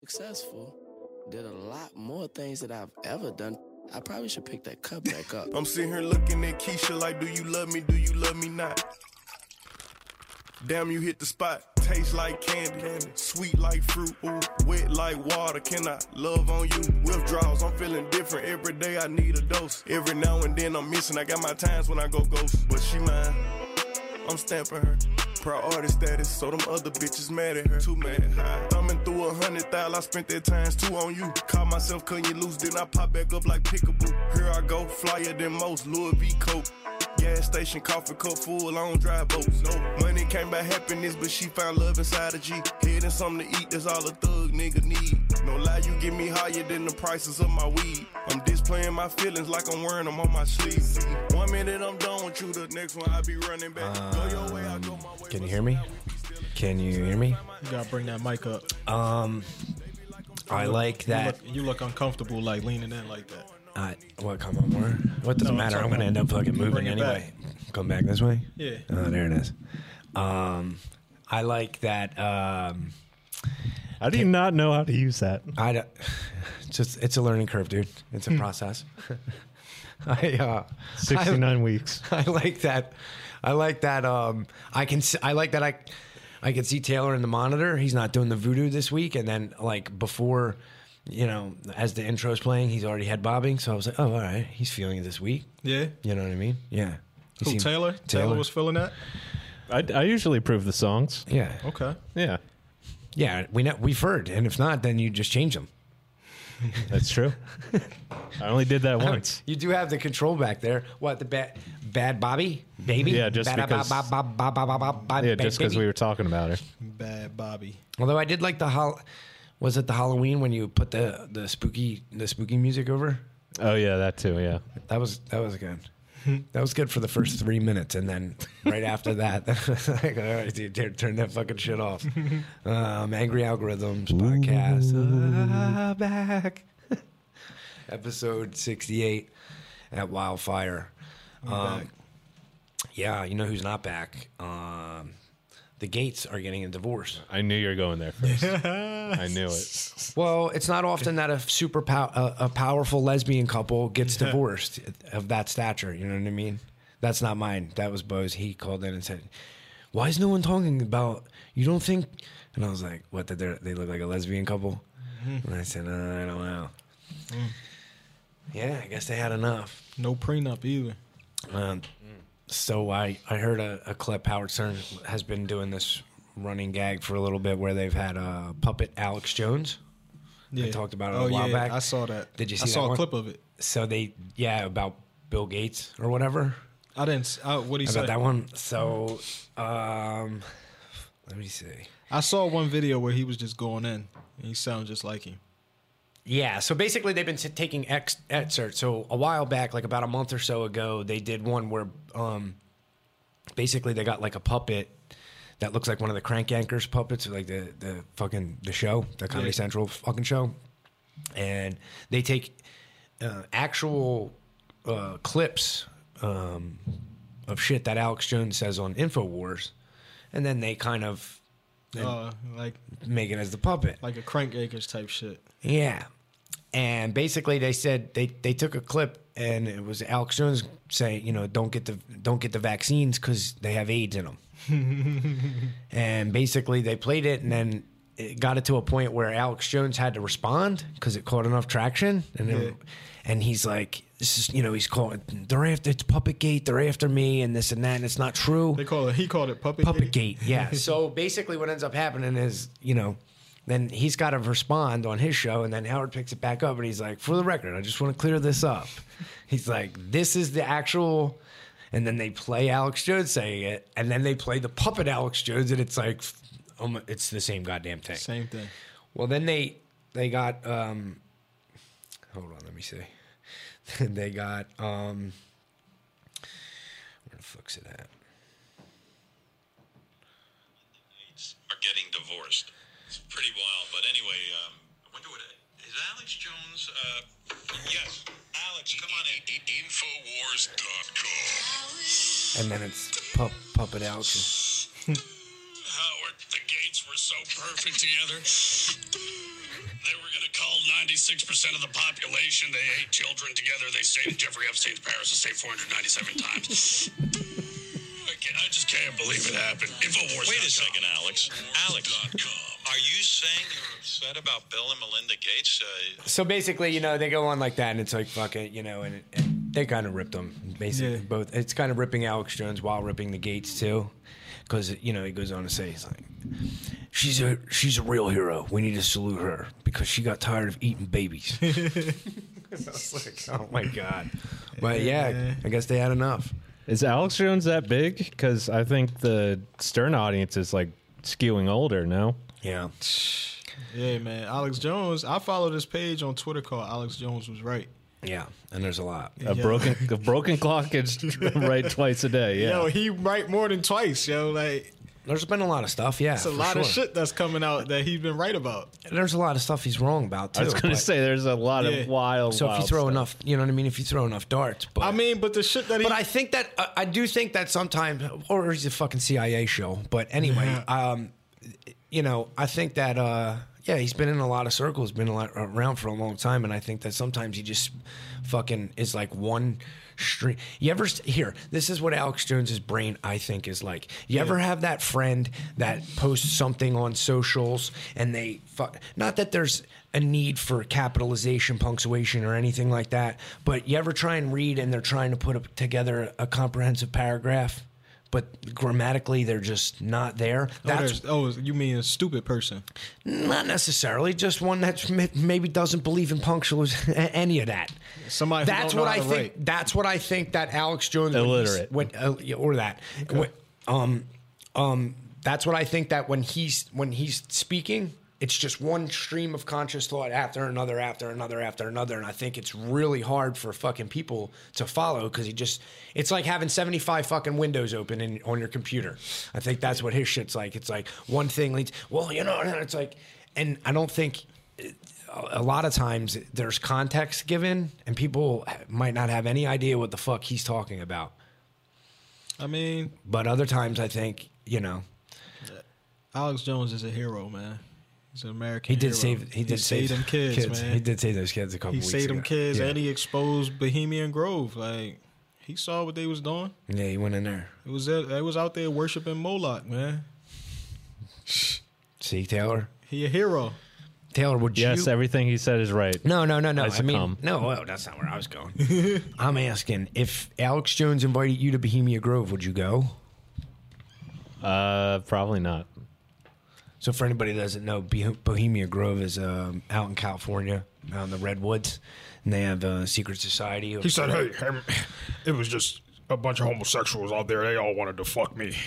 successful, did a lot more things that I've ever done. I probably should pick that cup back up. I'm sitting here looking at Keisha like, do you love me? Do you love me not? Damn, you hit the spot. Taste like candy, sweet like fruit, ooh, wet like water. Can I love on you? Withdrawals, I'm feeling different. Every day I need a dose. Every now and then I'm missing. I got my times when I go ghost, but she mine. I'm stamping her. Priority status, so them other bitches mad at her. Too mad. Thumbing through a hundred thousand, I spent that times two on you. Caught myself cutting you loose, then I pop back up like pickaboo. Here I go, flyer than most, Louis V. Coke. Gas station, coffee cup full, I don't drive boats. No money came by happiness, but she found love inside of G. Head and something to eat, that's all a thug nigga need. No lie, you give me higher than the prices of my weed. I'm displaying my feelings like I'm wearing them on my sleeves. One minute I'm done with you, the next one I be running back. Go your way, I go my way. Can you hear me? Can you hear me? You gotta bring that mic up. Um, I like that. You look, you look uncomfortable, like leaning in like that. I, what? Come on, more. What doesn't No, matter? it's I'm gonna end up fucking moving Bring it anyway. Come back this way. Yeah. Oh, there it is. Um, I like that. Um, How do you not know how to use that? I don't- it's just it's a learning curve, dude. It's a process. I uh, I, 69 weeks. I like that. I like that. Um, I can. s- I like that. I. I can see Taylor in the monitor. He's not doing the voodoo this week, and then like before, you know, as the intro's playing, he's already head bobbing. So I was like, oh, all right, he's feeling it this week. Yeah. You know what I mean? Yeah. You Who, see- Taylor? Taylor? was feeling that? I, I usually approve the songs. yeah, Okay. Yeah, yeah. We know, we've heard, and if not, then you just change them. that's true. I only did that once. You do have the control back there. What the bad bad Bobby baby? Yeah, just because- Yeah, just because we were talking about her. Bad Bobby. Although I did like the hol- was it the Halloween when you put the the spooky the spooky music over? Oh yeah, that too. Yeah, That was that was good. That was good for the first three minutes, and then right after that, like, all right, dude, dude, turn that fucking shit off. Um, Angry Algorithms podcast Ah, back, episode sixty-eight at Wildfire. Um, yeah, you know who's not back? Um, the Gates are getting a divorce. I knew you were going there first. I knew it. Well, it's not often that a super pow- a, a powerful lesbian couple gets divorced of that stature. You know what I mean? That's not mine. That was Bo's. He called in and said, "Why is no one talking about? You don't think?" And I was like, "What? That they're- they look like a lesbian couple?" And I said, uh, "I don't know." Yeah, I guess they had enough. No prenup either. Um, so I, I heard a, a clip. Howard Stern has been doing this running gag for a little bit where they've had uh, puppet Alex Jones. Yeah. talked about it a oh, while yeah, back. I saw that. Did you I see saw that a one? clip of it. So they, yeah, about Bill Gates or whatever I didn't. s- I, what he about said. that one. So, um, let me see. I saw one video where he was just going in, and he sounded just like him. Yeah, so basically they've been t- taking ex- excerpts. So a while back, like about a month or so ago, they did one where um, basically they got like a puppet that looks like one of the crank anchors puppets, like the the fucking the show, the Comedy Yeah. Central fucking show, and they take uh, actual uh, clips um, of shit that Alex Jones says on Infowars, and then they kind of Uh, like make it as the puppet. like a crank acres type shit. Yeah. And basically they said they, they took a clip and it was Alex Jones saying, you know, don't get the don't get the vaccines cuz they have AIDS in them. and basically they played it and then it got it to a point where Alex Jones had to respond cuz it caught enough traction and then- Yeah. and he's like this is you know he's calling they're after it's puppet gate they're after me and this and that and it's not true They call it. He called it puppet. puppet gate. Yeah. so basically, what ends up happening is, you know, then he's got to respond on his show, and then Howard picks it back up, and he's like, "For the record, I just want to clear this up." He's like, "This is the actual." And then they play Alex Jones saying it, and then they play the puppet Alex Jones, and it's like, oh my, it's the same goddamn thing. Same thing. Well, then they they got um, hold on, let me see. they got um, where the fuck's it at? are getting divorced. It's pretty wild. But anyway, um, I wonder what is Alex Jones? Uh, yes, Alex, come on in. Infowars.com. And then it's pup, puppet Alex. Howard, the gates were so perfect together. 96% of the population. They ate children together. They stayed in Jeffrey Epstein's Paris. They stayed 497 times. I, can't, I just can't believe it happened. InfoWars. Wait a second, Alex. Alex, are you saying you're upset about Bill and Melinda Gates? Uh, So basically, you know, they go on like that, and it's like fuck it, you know, and, and they kind of ripped them. Basically, Yeah. both it's kind of ripping Alex Jones while ripping the Gates too, because you know he goes on to say he's like, she's a she's a real hero. We need to salute her because she got tired of eating babies. I was like, oh my god, but yeah, I guess they had enough. Is Alex Jones that big? Because I think the Stern audience is like skewing older. No, Yeah, Yeah, man. Alex Jones. I follow this page on Twitter called Alex Jones was right. yeah, and there's a lot. a Yeah. broken a broken clock is right twice a day. Yeah, Yo, he right more than twice, yo. Like There's been a lot of stuff. Yeah, it's a lot of shit that's coming out that he's been right about. There's a lot of stuff he's wrong about too. I was gonna but- say there's a lot Yeah. of wild. So if you wild throw stuff. enough, you know what I mean. If you throw enough darts, but I mean, but the shit that he But I think that uh, I- I do think that sometimes, or it's a fucking CIA show. But anyway, um, you know, I think that uh, yeah, he's been in a lot of circles, been a lot, around for a long time, and I think that sometimes he just fucking is like one stream. You ever s- here? This is what Alex Jones's brain, I think, is like. You ever have that friend that posts something on socials and they fu- not that there's a need for capitalization, punctuation, or anything like that. But you ever try and read and they're trying to put a, together a comprehensive paragraph, but grammatically they're just not there. oh, That's there's- oh, you mean a stupid person? not necessarily just one that maybe doesn't believe in punctuation, any of that. Somebody who that's don't know what how I to think. write. That's what I think that Alex Jones when Illiterate. he's- when, uh, yeah, or that. When- um, um, that's what I think that when he's when he's speaking, it's just one stream of conscious thought after another, after another, after another, and I think it's really hard for fucking people to follow because he just it's like having seventy five fucking windows open in, on your computer. I think that's what his shit's like. It's like one thing leads. Well, you know, and it's like, and I don't think a lot of times there's context given and people might not have any idea what the fuck he's talking about I mean, but other times i think you know Alex Jones is a hero, man. He's an American. he did hero. save he did save saved them kids, man. he did save those kids a couple He weeks saved them ago. kids, yeah. and he exposed Bohemian Grove. Like he saw what they was doing. yeah he went in there It was that they was out there worshiping Moloch, man. see taylor He a hero. taylor would Yes, you everything he said is right. no, no, no, no. Nice I mean, cum. no. Well, that's not where I was going. I'm asking if Alex Jones invited you to Bohemia Grove, would you go? Uh, probably not. So, for anybody that doesn't know, Bohe- Bohemia Grove is um, out in California, out in the redwoods, and they have a secret society. of- He said, "Hey, him, it was just a bunch of homosexuals out there. They all wanted to fuck me."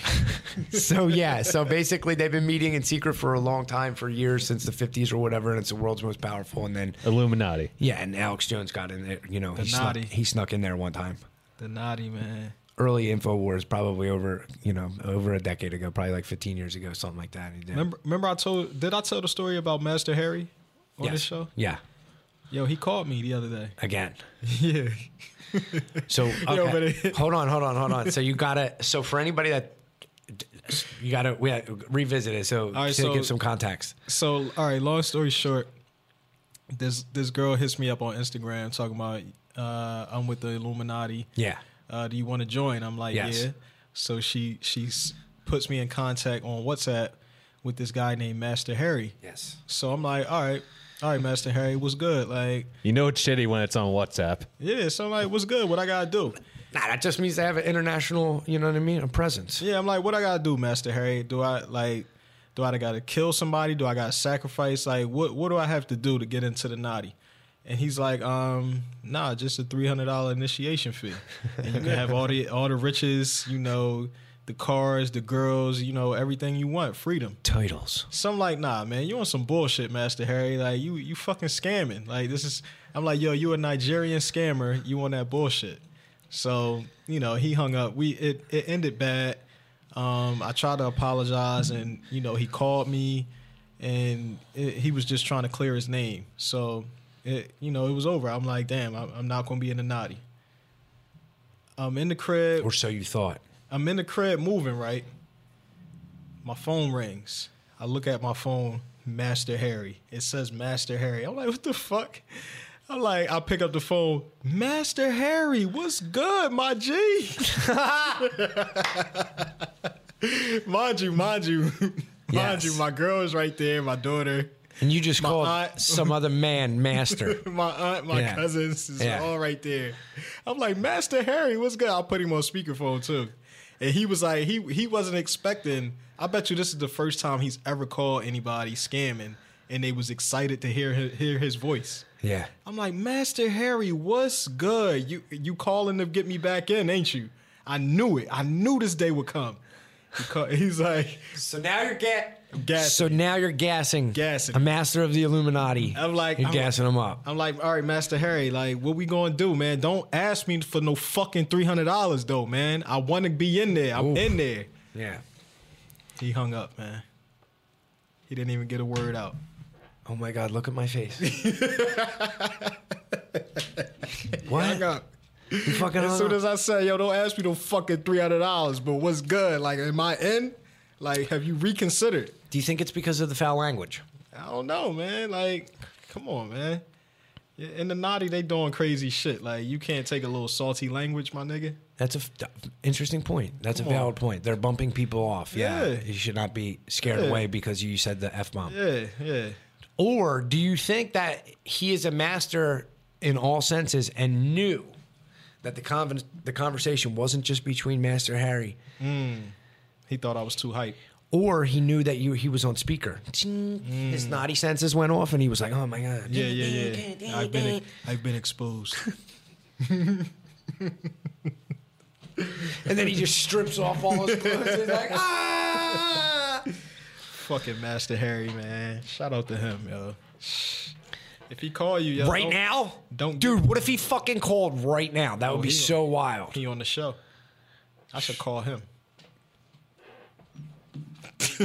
So yeah, so basically they've been meeting in secret for a long time, for years since the fifties or whatever, and it's the world's most powerful. And then Illuminati. yeah, and Alex Jones got in there. You know, he snuck, naughty. he snuck in there one time. The naughty man. Early Infowars, probably over you know over a decade ago, probably like fifteen years ago, something like that. He did. Remember, remember I told did I tell the story about Master Harry on Yes. this show? Yeah, Yo, he called me the other day. again. Yeah. So but okay. it- hold on, hold on, hold on. So you gotta. So for anybody that you gotta we gotta revisit it. So, right, so so- give some context. So, all right, long story short, this this girl hits me up on Instagram talking about uh, I'm with the Illuminati. Yeah. Uh, do you want to join? I'm like, Yes. yeah. So she she s- puts me in contact on WhatsApp with this guy named Master Harry. Yes. So I'm like, all right, all right, Master Harry, what's good? Like, You know it's shitty when it's on WhatsApp. yeah. So I'm like, what's good? What I gotta do? Nah, that just means they have an international. You know what I mean? A presence. Yeah, I'm like, what I gotta do, Master Harry? Do I like, do I gotta kill somebody? Do I gotta sacrifice? Like, what what do I have to do to get into the naughty? And he's like, um, nah, just a three hundred dollar initiation fee, and you can have all the all the riches, you know, the cars, the girls, you know, everything you want, freedom. Titles. So I'm like, nah, man, you on some bullshit, Master Harry. Like, you you fucking scamming. Like, this is. I'm like, yo, you a Nigerian scammer. You on that bullshit. So you know, he hung up. We it it ended bad. Um, I tried to apologize, and you know, he called me, and it, he was just trying to clear his name. So it you know, it was over. I'm like, damn, I'm, I'm not gonna be in the naughty. I'm in the crib. Or so you thought. I'm in the crib moving, right? My phone rings. I look at my phone. Master Harry. It says Master Harry. I'm like, what the fuck? I'm like, I pick up the phone. Master Harry, what's good, my G? mind you, mind you, mind Yes. you, my girl is right there. My daughter, And you just My called aunt- some other man master. my aunt, my Yeah. cousins is Yeah. all right there. I'm like, Master Harry, what's good? I put him on speakerphone too. And he was like, he he wasn't expecting. I bet you this is the first time he's ever called anybody scamming, and they was excited to hear hi- hear his voice. Yeah. I'm like, Master Harry, what's good? You you calling to get me back in, ain't you? I knew it. I knew this day would come. He ca- He's like, So now you're get. gas. So now you're gassing. Gassing. A master of the Illuminati. I'm like- you're I'm- gassing him up. I'm like, all right, Master Harry, like, what we gonna do, man? Don't ask me for no fucking three hundred dollars, though, man. I want to be in there. I'm Oof. in there. yeah. He hung up, man. He didn't even get a word out. Oh my God! Look at my face. what? Hung up. You fucking As hung soon up? as I said, yo, don't ask me no fucking three hundred dollars, but what's good? Like, am I in? Like, have you reconsidered? Do you think it's because of the foul language? I don't know, man. Like, come on, man. Yeah, In the naughty, they doing crazy shit. Like, you can't take a little salty language, my nigga. That's a f- interesting point. That's Come a on. valid point. They're bumping people off. Yeah. Yeah. You should not be scared Yeah. away because you said the F bomb. Yeah, yeah. Or do you think that he is a master in all senses and knew that the con- the conversation wasn't just between Master Harry, He thought I was too hype. or he knew that you he was on speaker? Ting. His naughty senses went off, and he was like, "Oh my god!" Mm. Yeah, yeah, yeah. I've been, I've been exposed. And then he just strips off all his clothes. He's like, "Ah!" Fucking Master Harry, man. Shout out to him, yo. If he call you, yo, oh, Right don't- now, don't- dude. What if he fucking called right now? That would be he- so wild. he on the show. I should call him.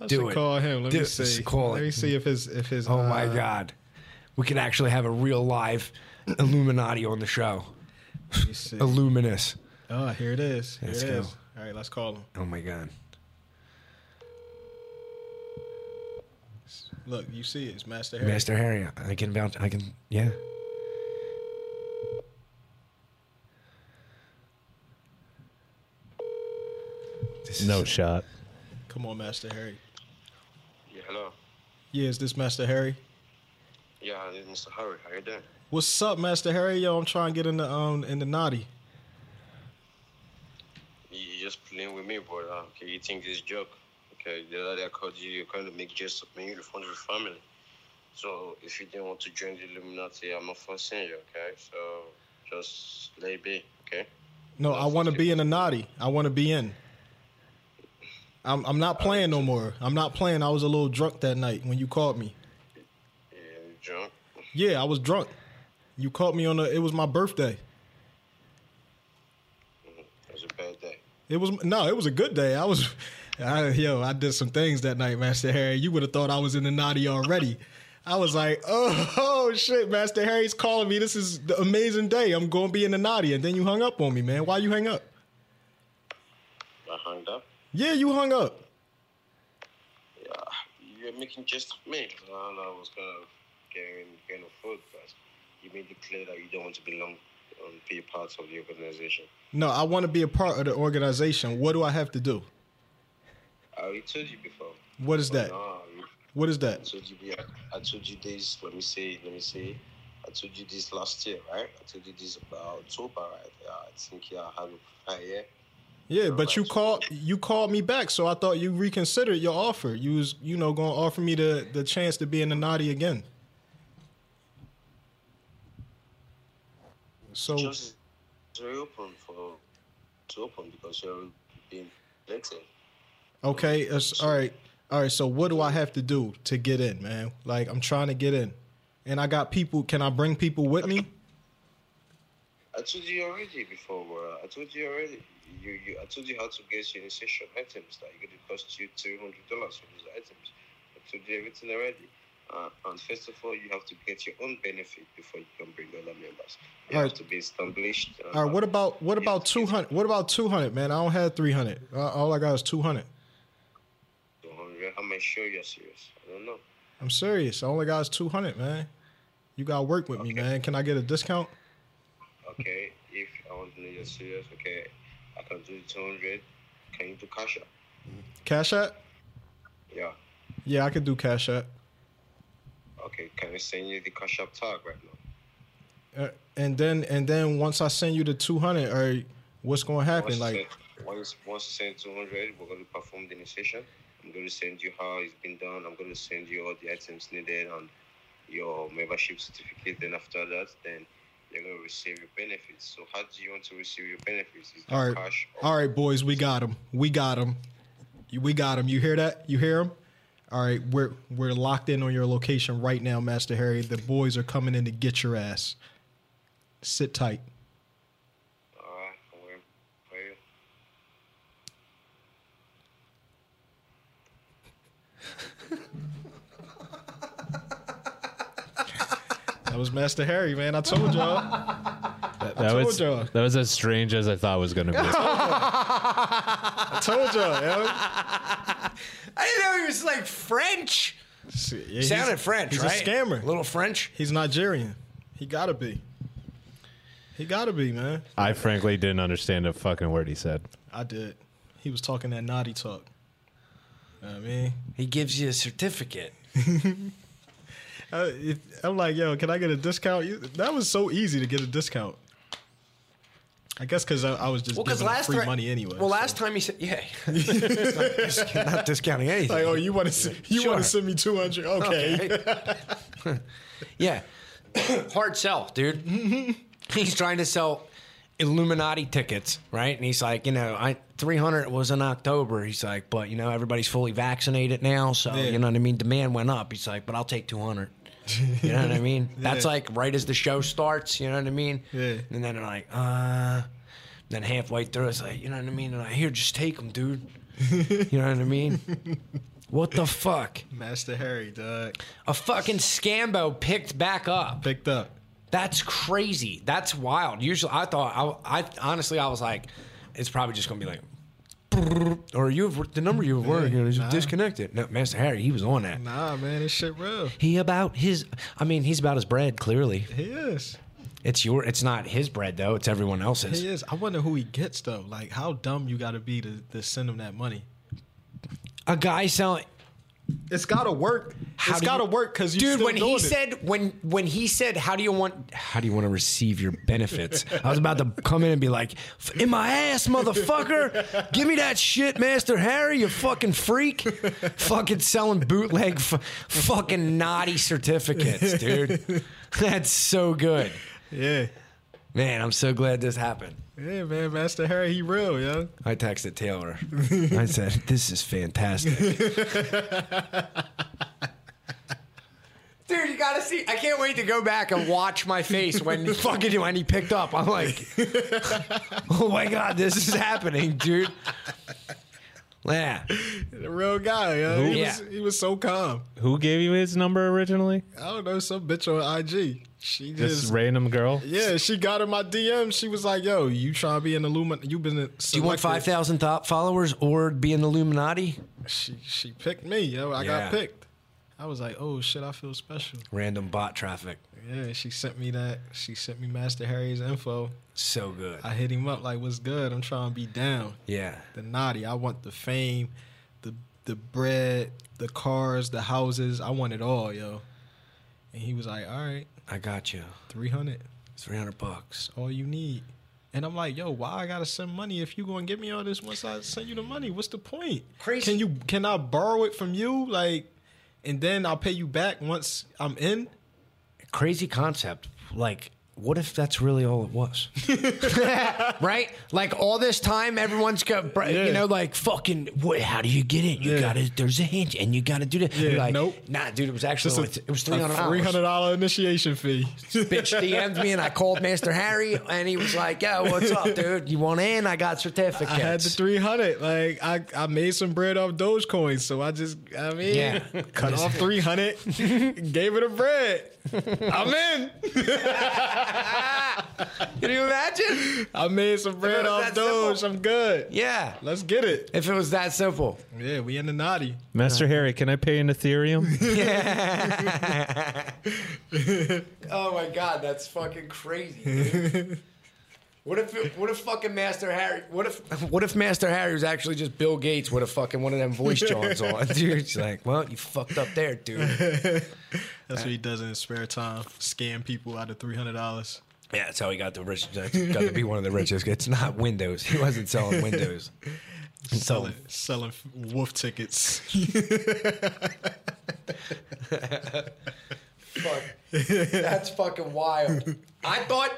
I Do should it. Call him. Let Do me it. see. Just call Let it. me see if his if his. Oh my uh, god, we could actually have a real live Illuminati on the show. let me see. Illuminous. Oh, here it is. Here Let's it go. is. All right, let's call him. Oh my god. Look, you see it. It's Master Harry. Master Harry, I can bounce. I can, yeah. This No is, shot. Come on, Master Harry. Yeah, hello. Yeah, is this Master Harry? Yeah, this is Mr. Hurry. How you doing? What's up, Master Harry? Yo, I'm trying to get in the um in the naughty. You you just playing with me, bro. Uh, okay, you think this joke? Okay, the other day I called you. You kind of make jest of me in front of your family. So if you do not want to join the Illuminati, I'm not forcing you. Okay, so just let it be. Okay. No, I want to be in the naughty. I want to be in. I'm I'm not playing no more. I'm not playing. I was a little drunk that night when you called me. Yeah, you drunk. Yeah, I was drunk. You called me on the. It was my birthday. It was a bad day. It was no. It was a good day. I was, I, yo, I did some things that night, Master Harry. You would have thought I was in the naughty already. I was like, oh, oh shit, Master Harry's calling me. This is the amazing day. I'm going to be in the naughty, and then you hung up on me, man. Why you hang up? I hung up. Yeah, you hung up. Yeah, you're making jest of me. I don't know. I was kind of getting kind of food, but you made it clear that you don't want to belong and be part of the organization. No, I want to be a part of the organization. What do I have to do? I already told you before. What is that? No, you- What is I that? told you. yeah, I told you this. Let me say. Let me say. I told you this last year, right? I told you this about October, right? Yeah, I think yeah, I had a uh, yeah. Yeah, but you called you called me back, so I thought you reconsidered your offer. You was you know going to offer me the the chance to be in the naughty again. So Just reopen for to open because you're being elected. okay, it's, all right, all right. So what do I have to do to get in, man? Like I'm trying to get in, and I got people. Can I bring people with me? I told you already before, bro. I told you already. You, you, I told you how to get your initial items. That it cost you two hundred dollars for these items. I told you everything already. Uh, and first of all, you have to get your own benefit before you can bring other members. You All have right. to be established. Uh, All right. What about what about Yes. two hundred? What about two hundred, man? I don't have three hundred. Uh, all I got is two hundred. two hundred? I'm sure you're serious. I don't know. I'm serious. I only got is 200, man. You got to work with me, man. Can I get a discount? Okay, if I want to know you're serious, okay, I can do 200. Can you do cash up? Cash App? Yeah. Yeah, I could do Cash App. Okay, can I send you the cash up tag right now? Uh, and then and then once I send you the 200, or what's going to happen? Once, Like, you send, once, once you send 200, we're going to perform the initiation. I'm going to send you how it's been done. I'm going to send you all the items needed and your membership certificate. Then after that, then you're going to receive your benefits. So how do you want to receive your benefits? Is it All right. cash or All right, boys, we got him. We got him. We got him. You hear that? You hear him? All right, we're we're locked in on your location right now, Master Harry. The boys are coming in to get your ass. Sit tight. Alright, I'll wait for you. That was Master Harry, man. I told y'all. That told was ya. that was as strange as I thought it was gonna be. I told y'all. yo. I didn't know he was like French. See, yeah, he's- Sounded French, he's a right? scammer. little French. He's Nigerian. He gotta be. He gotta be, man. I frankly didn't understand a fucking word he said. I did. He was talking that naughty talk. Know what I mean, He gives you a certificate. I, if, I'm like, yo, can I get a discount? You- That was so easy to get a discount. I guess because I, I was just Well, because giving him last free thre- money anyway. Well, so. last time he said, yeah, not discounting anything. like, oh, you want to see, you Sure. want to send me two hundred? Okay. yeah. Hard sell, dude. he's trying to sell Illuminati tickets, right? And he's like, you know, I 300 was in October. He's like, but you know, everybody's fully vaccinated now, so Yeah. you know what I mean. Demand went up. He's like, but I'll take 200. You know what I mean? That's Yeah. like right as the show starts. You know what I mean? Yeah. And then they're like, uh. Then halfway through, it's like, you know what I mean? And I here, just take them, dude. You know what I mean? what the fuck? Master Harry, dog, A fucking scambo picked back up. picked up. That's crazy. That's wild. Usually, I thought I, I honestly, I was like, it's probably just gonna be like, or you've the number you've worked is nah. disconnected. No, Master Harry, he was on that. Nah, man, this shit real. He about his. I mean, he's about his bread. Clearly, He is. it's your. It's not his bread though. It's everyone else's. He is. I wonder who he gets though. Like, how dumb you got to be to, to send him that money? A guy selling. It's gotta work. How it's do you- gotta work because you Dude, still when he doing it. said when when he said, "How do you want? How do you want to receive your benefits?" I was about to come in and be like, "F- "In my ass, motherfucker! Give me that shit, Master Harry! You fucking freak! fucking selling bootleg, f- fucking naughty certificates, dude! That's so good, yeah, man! I'm so glad this happened." yeah, man, Master Harry, he real, yo. I texted Taylor. I said, "This is fantastic." Dude, you gotta see. I can't wait to go back and watch my face when fucking when he picked up. I'm like, oh my god, this is happening, dude. Yeah, The real guy, yo. He, Yeah. was, he was so calm. Who gave you his number originally? I don't know, some bitch on IG. She This just random girl. Yeah, she got in my DM. She was like, "Yo, you trying to be an Illuminati? You been? do you want five thousand top followers or be an Illuminati? She she picked me. Yo, I Yeah. got picked. I was like, "Oh shit, I feel special." Random bot traffic, Yeah, she sent me that. She sent me Master Harry's info. so good. I hit him up like, "What's good? I'm trying to be down." Yeah, The naughty. I want the fame, the the bread, the cars, the houses. I want it all, yo. And he was like, "All right, I got you. three hundred. Three hundred bucks. all you need. And I'm like, yo, why I gotta send money if you gonna give me all this once I send you the money? What's the point? Crazy. Can you can I borrow it from you? Like, and then I'll pay you back once I'm in. crazy concept. Like, what if that's really all it was? right? Like all this time, everyone's got, br- Yeah. you know, like fucking. What, how do you get it? You Yeah. got to There's a hint, and you got to do that. Yeah, You're like, nope. Nah, dude, it was actually only th- it was three hundred Three dollars. hundred dollar initiation fee. Bitch DM'd me, and I called Master Harry, and he was like, "Yo, what's up, dude? You want in? I got certificates." I had the three hundred. Like I, I made some bread off Dogecoin, so I just I mean Yeah. cut off three hundred, gave it a bread. I'm in. Can you imagine? I made some bread was off that Doge. simple. I'm good. Yeah. Let's get it. If it was that simple. Yeah, we in the naughty. Master Harry, can I pay in Ethereum? Oh my god, that's fucking crazy. dude. What if it, what if fucking Master Harry? What if what if Master Harry was actually just Bill Gates with a fucking one of them voice johns on? Dude, it's like, well, you fucked up there, dude. That's what he does in his spare time. Scam people out of three hundred dollars. Yeah, that's how he got the rich. Got to be one of the richest. It's not Windows. He wasn't selling Windows. So Selling selling wolf tickets. fuck, that's fucking wild. I thought.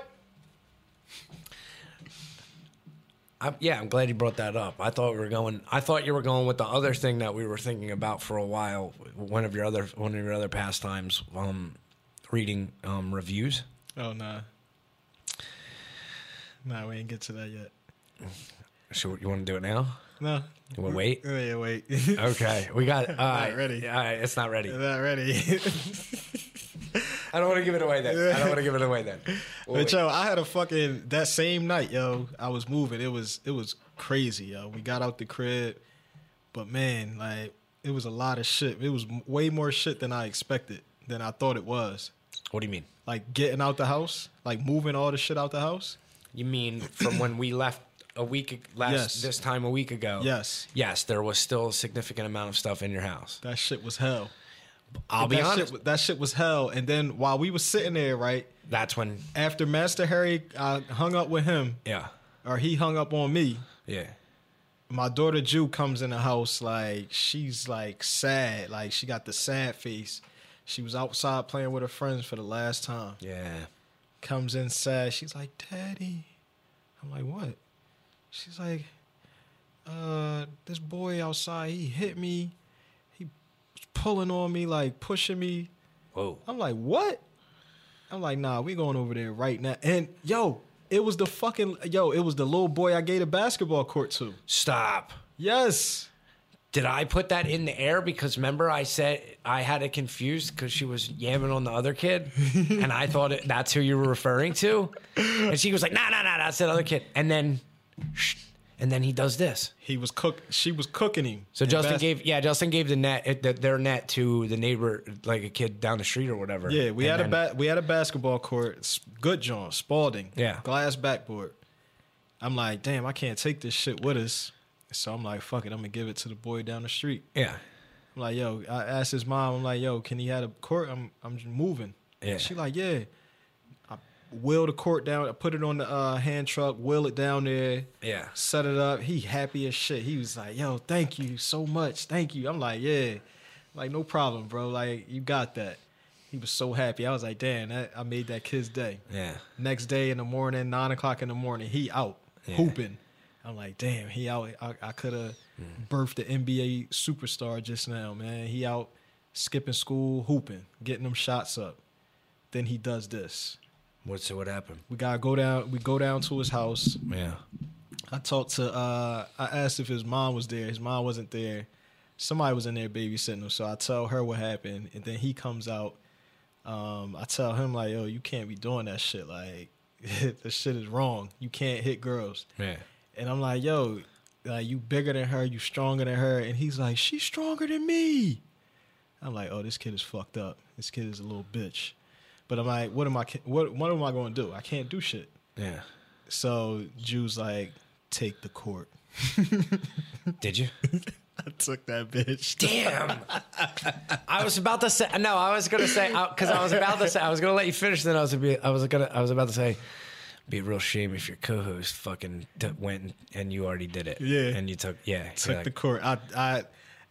I'm, yeah, I'm glad you brought that up. I thought we were going. I thought you were going with the other thing that we were thinking about for a while. One of your other one of your other pastimes, um, reading um, reviews. oh nah. Nah, we ain't get to that yet. So you want to do it now? No. You wanna wait. Oh, yeah, wait. Okay, we got. All right, ready. All right, it's not ready. Not ready. I don't want to give it away then. I don't want to give it away then. We'll But wait. yo, I had a fucking that same night, yo. I was moving. It was it was crazy, yo. We got out the crib, but man, like it was a lot of shit. It was m- way more shit than I expected, than I thought it was. what do you mean? Like getting out the house, like moving all the shit out the house. You mean from when we left a week ag- last Yes. this time a week ago? Yes. Yes, there was still a significant amount of stuff in your house. That shit was hell. I'll be that honest. Shit, wa- that shit was hell. And then while we was sitting there, right That's when after Master Harry, I hung up with him, yeah. or he hung up on me. Yeah. my daughter Jew comes in the house like she's like sad, like she got the sad face. She was outside playing with her friends for the last time. Yeah. Comes in sad. She's like, "Daddy," I'm like, "What?" She's like, "Uh, this boy outside, he hit me. He was pulling on me, like pushing me." Whoa. I'm like, what? I'm like, nah, we going over there right now. And yo, it was the fucking yo, it was the little boy I gave the basketball court to. Stop. Yes. Did I put that in the air? Because remember, I said I had it confused because she was yamming on the other kid, and I thought it, that's who you were referring to, and she was like, "No, no, no, that's that other kid." And then, shh, and then he does this. He was cook. She was cooking him. So And Justin Bas- gave yeah Justin gave the net it- the, their net to the neighbor like a kid down the street or whatever. Yeah, we And had a then- ba- we had a basketball court. s- Good John Spalding. Yeah. glass backboard. I'm like, damn, I can't take this shit with us. So I'm like, fuck it, I'm gonna give it to the boy down the street. yeah I'm like, yo, I asked his mom. I'm like, yo, can he have a court? I'm I'm just moving. Yeah. She like, yeah. I wheel the court down. I put it on the uh, hand truck. Wheel it down there. yeah set it up. He happy as shit. He was like, "Yo, thank you so much, thank you." I'm like, "Yeah, like no problem, bro. Like you got that." He was so happy. I was like, "Damn, that, I made that kid's day." yeah Next day in the morning, nine o'clock in the morning, he out hooping. I'm like, "Damn, he out. I, I could have birthed the NBA superstar just now, man. He out skipping school, hooping, getting them shots up." Then he does this. what so what happened We gotta go down. We go down to his house. yeah I talked to uh I asked if his mom was there. His mom wasn't there. Somebody was in there babysitting him, so I tell her what happened, and then he comes out. Um, I tell him like, "Yo, you can't be doing that shit. Like, this shit is wrong. You can't hit girls." yeah And I'm like, "Yo, like you bigger than her. You stronger than her." And he's like, "She's stronger than me." I'm like, "Oh, this kid is fucked up. This kid is a little bitch." But I'm like, "What am I? What what am I going to do? I can't do shit." yeah So Jew's like, take the court. did you I took that bitch. damn I was about to say no I was gonna say because I was about to say I was gonna let you finish then I was gonna be I was gonna I was about to say be a real shame if your co-host fucking t- went and you already did it Yeah. and you took yeah you're took like, the court. I, I,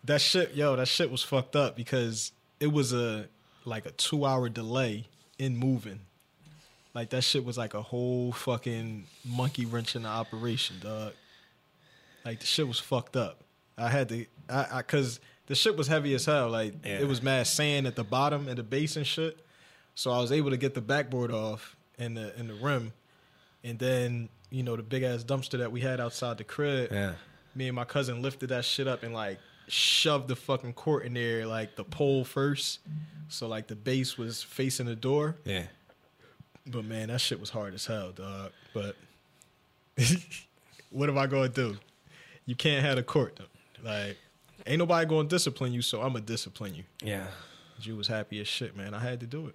that shit, yo, that shit was fucked up because it was a like a two hour delay in moving. Like that shit was like a whole fucking monkey wrench in the operation, dog. Like the shit was fucked up. I had to, I, I cause the shit was heavy as hell. Like Yeah. it was mad sand at the bottom and the base and shit. So I was able to get the backboard off and the and the rim, and then you know the big ass dumpster that we had outside the crib. yeah Me and my cousin lifted that shit up and like shoved the fucking court in there, like the pole first. So like the base was facing the door. yeah But man, that shit was hard as hell, dog. But what am I going to do? You can't have the court. Like, ain't nobody going to discipline you, so I'm going to discipline you. Yeah. You was happy as shit, man. I had to do it.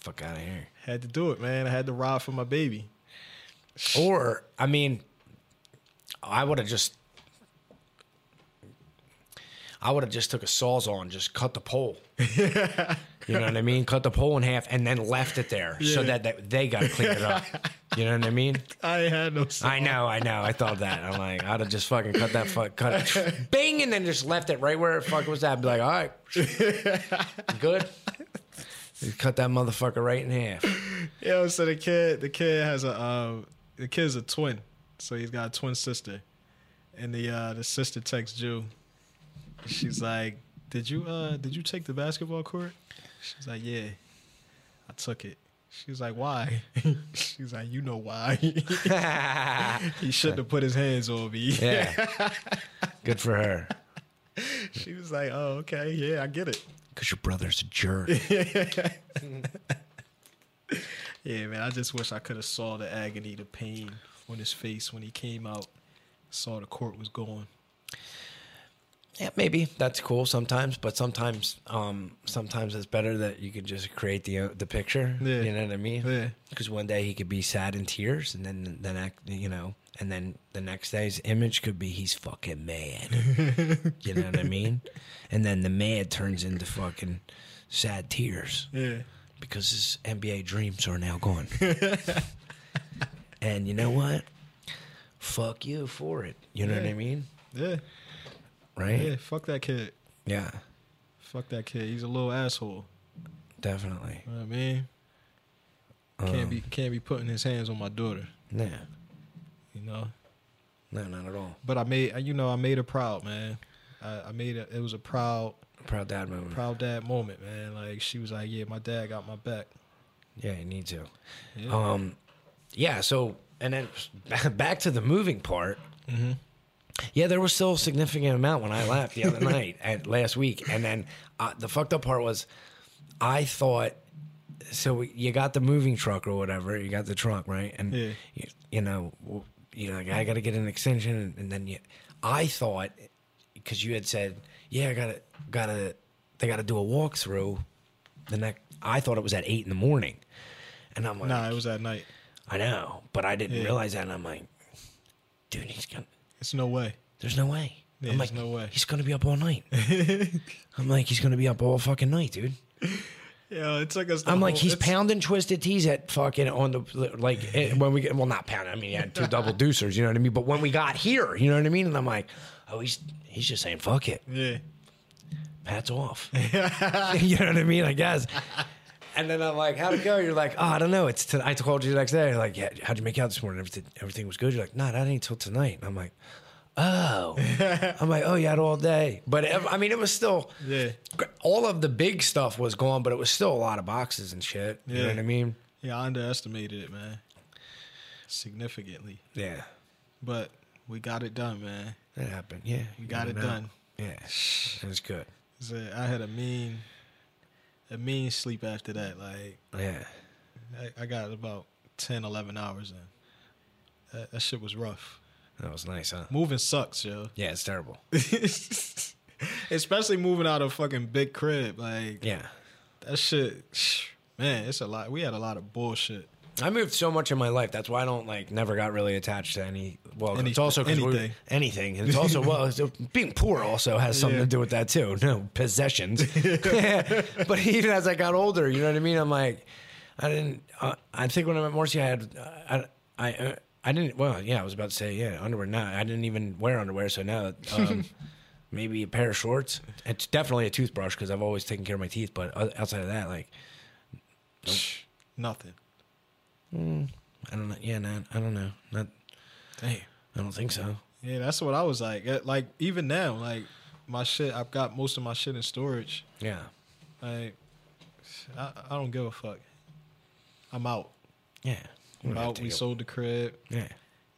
Fuck out of here. Had to do it, man. I had to ride for my baby. Or, I mean, I would have just. I would have just took a sawzall and just cut the pole. you know what I mean? Cut the pole in half and then left it there so that they, they got to clean it up. You know what I mean? I ain't had no. I know, I know. I thought that. I'm like, I'd have just fucking cut that fuck, cut it, bing, and then just left it right where it fuck was at. be like, all right, good. You cut that motherfucker right in half. Yeah, so the kid, the kid has a, um, the kid's a twin, so he's got a twin sister, and the uh, the sister texts Jew. She's like, "Did you uh, did you take the basketball court?" She's like, "Yeah, I took it." She's like, "Why?" She's like, "You know why? he shouldn't have put his hands on me." Yeah, good for her. She was like, "Oh, okay, yeah, I get it." Cause your brother's a jerk. Yeah, man, I just wish I could have saw the agony, the pain on his face when he came out, saw the court was going. Yeah, maybe that's cool sometimes, but sometimes, um, sometimes it's better that you can just create the uh, the picture. Yeah. You know what I mean? Yeah. Because one day he could be sad in tears, and then the next, you know, and then the next day's image could be he's fucking mad. you know what I mean? And then the mad turns into fucking sad tears Yeah. because his NBA dreams are now gone. and you know what? Fuck you for it. You know what I Yeah. mean? Yeah, Right? yeah. Fuck that kid. yeah Fuck that kid. He's a little asshole. definitely. You know what I mean, can't Um. be can't be putting his hands on my daughter. No, You know. no, not at all. But I made you know I made her proud, man. I, I made it. It was a proud Proud dad moment. proud dad moment, man. Like she was like, yeah, my dad got my back. yeah, you need to. Um, yeah. So, and then back to the moving part. Mm-hmm. Yeah, there was still a significant amount when I left the other night at last week, and then uh, the fucked up part was, I thought. So we, you got the moving truck or whatever, you got the trunk, right? And Yeah. you, you know, w- you know, like, I got to get an extension, and, and then you, I thought, because you had said, yeah, I gotta, gotta, they gotta do a walkthrough. The next, I thought it was at eight in the morning, and I'm like, Nah, it was that night. I know, but I didn't Yeah. realize that. And I'm like, dude, he's gonna. It's no way. There's no way. Yeah, I'm there's like, no way. He's gonna be up all night. I'm like, he's gonna be up all fucking night, dude. Yeah, it took us. the I'm like, whole- he's it's- pounding twisted teas at fucking on the like eh, when we get well not pounding. I mean, he had two double deucers, you know what I mean. But when we got here, you know what I mean. And I'm like, oh, he's he's just saying fuck it, Yeah. hats off. you know what I mean? I guess. And then I'm like, how'd it go? You're like, oh, I don't know. It's t- I called you the next day. You're like, yeah, how'd you make out this morning? Everything, everything was good. You're like, nah, that ain't till tonight. And I'm like, oh. I'm like, oh, you had all day. But ev- I mean, it was still, Yeah. all of the big stuff was gone, but it was still a lot of boxes and shit. You know Yeah. what I mean? Yeah, I underestimated it, man. Significantly. Yeah. But we got it done, man. That happened. Yeah. We got it know. done. Yeah. It was good. So I had a mean a mean sleep after that. Like Yeah. I, I got about 10, 11 hours in. That, that shit was rough. That was nice, huh? Moving sucks, yo. Yeah, it's terrible. Especially moving out of fucking big crib. Like Yeah. that shit man, it's a lot we had a lot of bullshit. I moved so much in my life. That's why I don't like never got really attached to any. Well, Any- it's also 'cause we're- anything. anything. And it's also well, it's- being poor also has something Yeah. to do with that too. No possessions, but even as I got older, you know what I mean. I'm like, I didn't. Uh, I think when I met Morrissey, I had, I, I, uh, I didn't. Well, yeah, I was about to say yeah, underwear. No, I didn't even wear underwear. So now. Um, Maybe a pair of shorts. It's definitely a toothbrush because I've always taken care of my teeth. But o- outside of that, like Nothing. I don't know. Yeah, no, I don't know. Not. Damn. I don't think so. Yeah, that's what I was like. Uh, Like even now, like my shit, I've got most of my shit in storage. Yeah. Like I, I don't give a fuck. I'm out. Yeah. I'm out. We sold the crib. Yeah.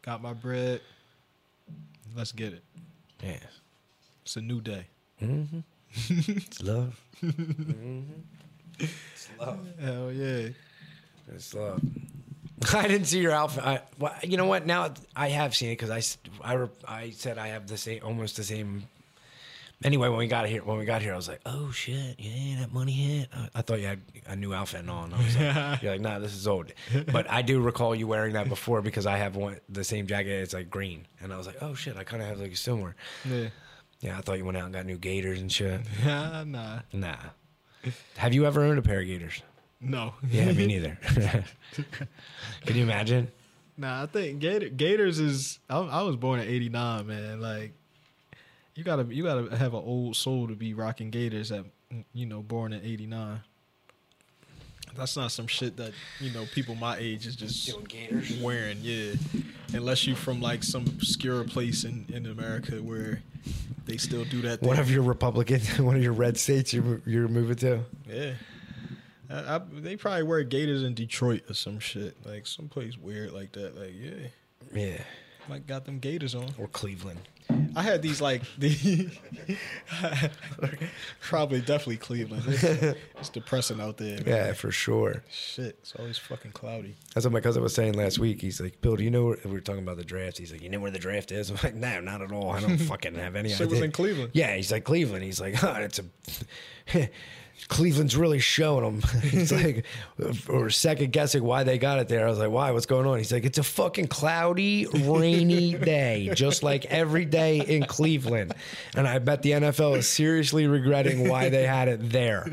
Got my bread. Let's get it. Yeah. It's a new day. It's love. Hell yeah. It's love. I didn't see your outfit. I, well, you know what? Now I have seen it because I, s- I, re- I said I have the same, almost the same. Anyway, when we got here, when we got here, I was like, "Oh shit, yeah, that money hit." I, I thought you had a new outfit and on. I was like, "You're like, nah, this is old." But I do recall you wearing that before because I have one the same jacket. It's like green, and I was like, "Oh shit, I kind of have like a similar." Yeah. Yeah, I thought you went out and got new gaiters and shit. Nah, nah. Nah. Have you ever owned a pair of gaiters? No. Yeah, me neither. Can you imagine? Nah, I think Gator, Gators is. I, I was born in '89, man. Like, you gotta you gotta have an old soul to be rocking Gators at you know born in '89. That's not some shit that you know people my age is just wearing. Yeah, unless you from like some obscure place in in America where they still do that. One thing. of your Republican, one of your red states you're, mo- you're moving to? Yeah. I, I, they probably wear gators in Detroit or some shit, like someplace weird like that. Like, yeah, Yeah. like got them gators on. Or Cleveland. I had these like the probably definitely Cleveland. It's, it's depressing out there. Man. Yeah, for sure. Shit, it's always fucking cloudy. That's what my cousin was saying last week. He's like, Bill, do you know where we were talking about the draft? He's like, You know where the draft is? I'm like, No, not at all. I don't fucking have any Shit idea. was in Cleveland. Yeah, he's like, Cleveland. He's like, oh, it's a. Cleveland's really showing them. He's like, or second guessing why they got it there. I was like, why? What's going on? He's like, it's a fucking cloudy, rainy day, just like every day in Cleveland. And I bet the NFL is seriously regretting why they had it there.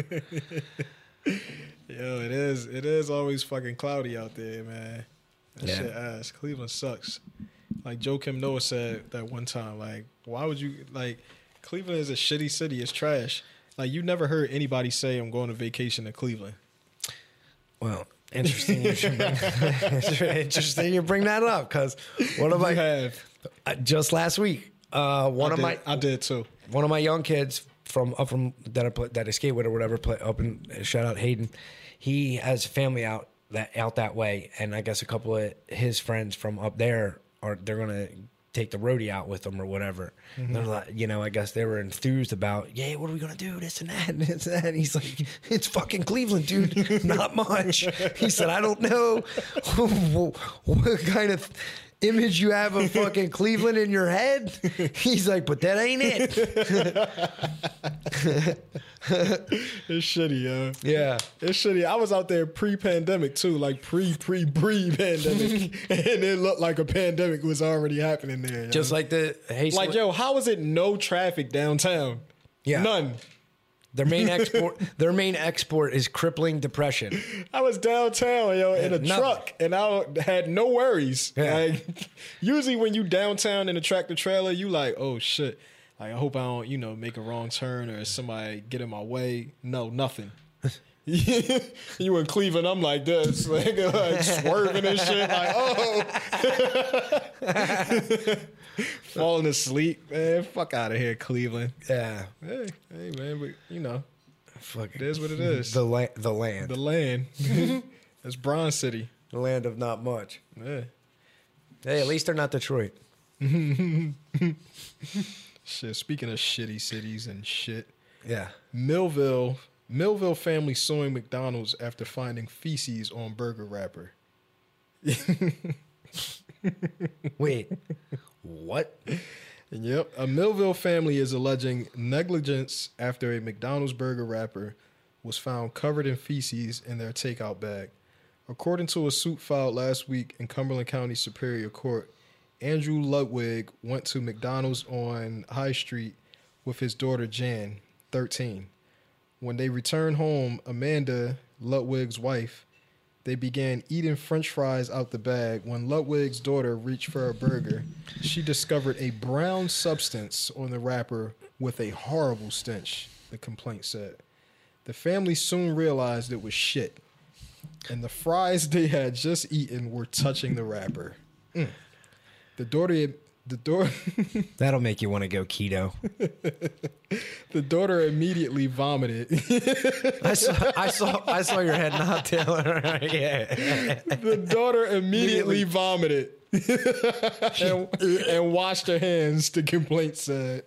Yo, it is. It is always fucking cloudy out there, man. That Yeah. shit ass. Cleveland sucks. Like Joe Kim Noah said that one time. Like, why would you like? Cleveland is a shitty city. It's trash. Like, you never heard anybody say I'm going to vacation to Cleveland. Well, interesting. You should bring, interesting you bring that up because one of I my have. uh, just last week, uh, one I of did, my I did too. one of my young kids from up from that I play, that I skate with or whatever play up in shout out Hayden. He has a family out that out that way, and I guess a couple of his friends from up there are they're gonna take the roadie out with them or whatever. And They're like, you know, I guess they were enthused about, yeah, what are we gonna do? This and that and this and that. And he's like, it's fucking Cleveland, dude. Not much. He said, I don't know what kind of image you have of fucking Cleveland in your head. He's like, but that ain't it. It's shitty, yo. Yeah. It's shitty. I was out there pre-pandemic too, like pre pre pre pandemic, and it looked like a pandemic was already happening there. yo. Just like the hey, like yo, how is it no traffic downtown? Yeah. none. their main export their main export is crippling depression. I was downtown, yo, in a nothing. truck, and I had no worries. Yeah. Like, usually when you downtown in a tractor trailer, you like, oh shit, like I hope I don't, you know, make a wrong turn or somebody get in my way. No, nothing. you in Cleveland, I'm like this, like, like swerving and shit, like oh, falling asleep, man. Fuck out of here, Cleveland. Yeah. Hey, hey, man, but you know, Fuck it is what it is. The la- the land. the land. That's Bronze City. The land of not much. Yeah. Hey, at least they're not Detroit. Shit. Speaking of shitty cities and shit, Yeah. Millville, Millville family suing McDonald's after finding feces on burger wrapper. Wait. what? Yep. A Millville family is alleging negligence after a McDonald's burger wrapper was found covered in feces in their takeout bag. According to a suit filed last week in Cumberland County Superior Court, Andrew Ludwig went to McDonald's on High Street with his daughter Jan, 13. When they returned home, Amanda, Ludwig's wife, they began eating french fries out the bag. When Ludwig's daughter reached for a burger, she discovered a brown substance on the wrapper with a horrible stench, the complaint said. The family soon realized it was shit, and the fries they had just eaten were touching the wrapper. Mm. The daughter, the daughter, That'll make you want to go keto. the daughter immediately vomited. I saw I saw I saw your head nod Taylor. yeah. The daughter immediately vomited and, and washed her hands, the complaint said.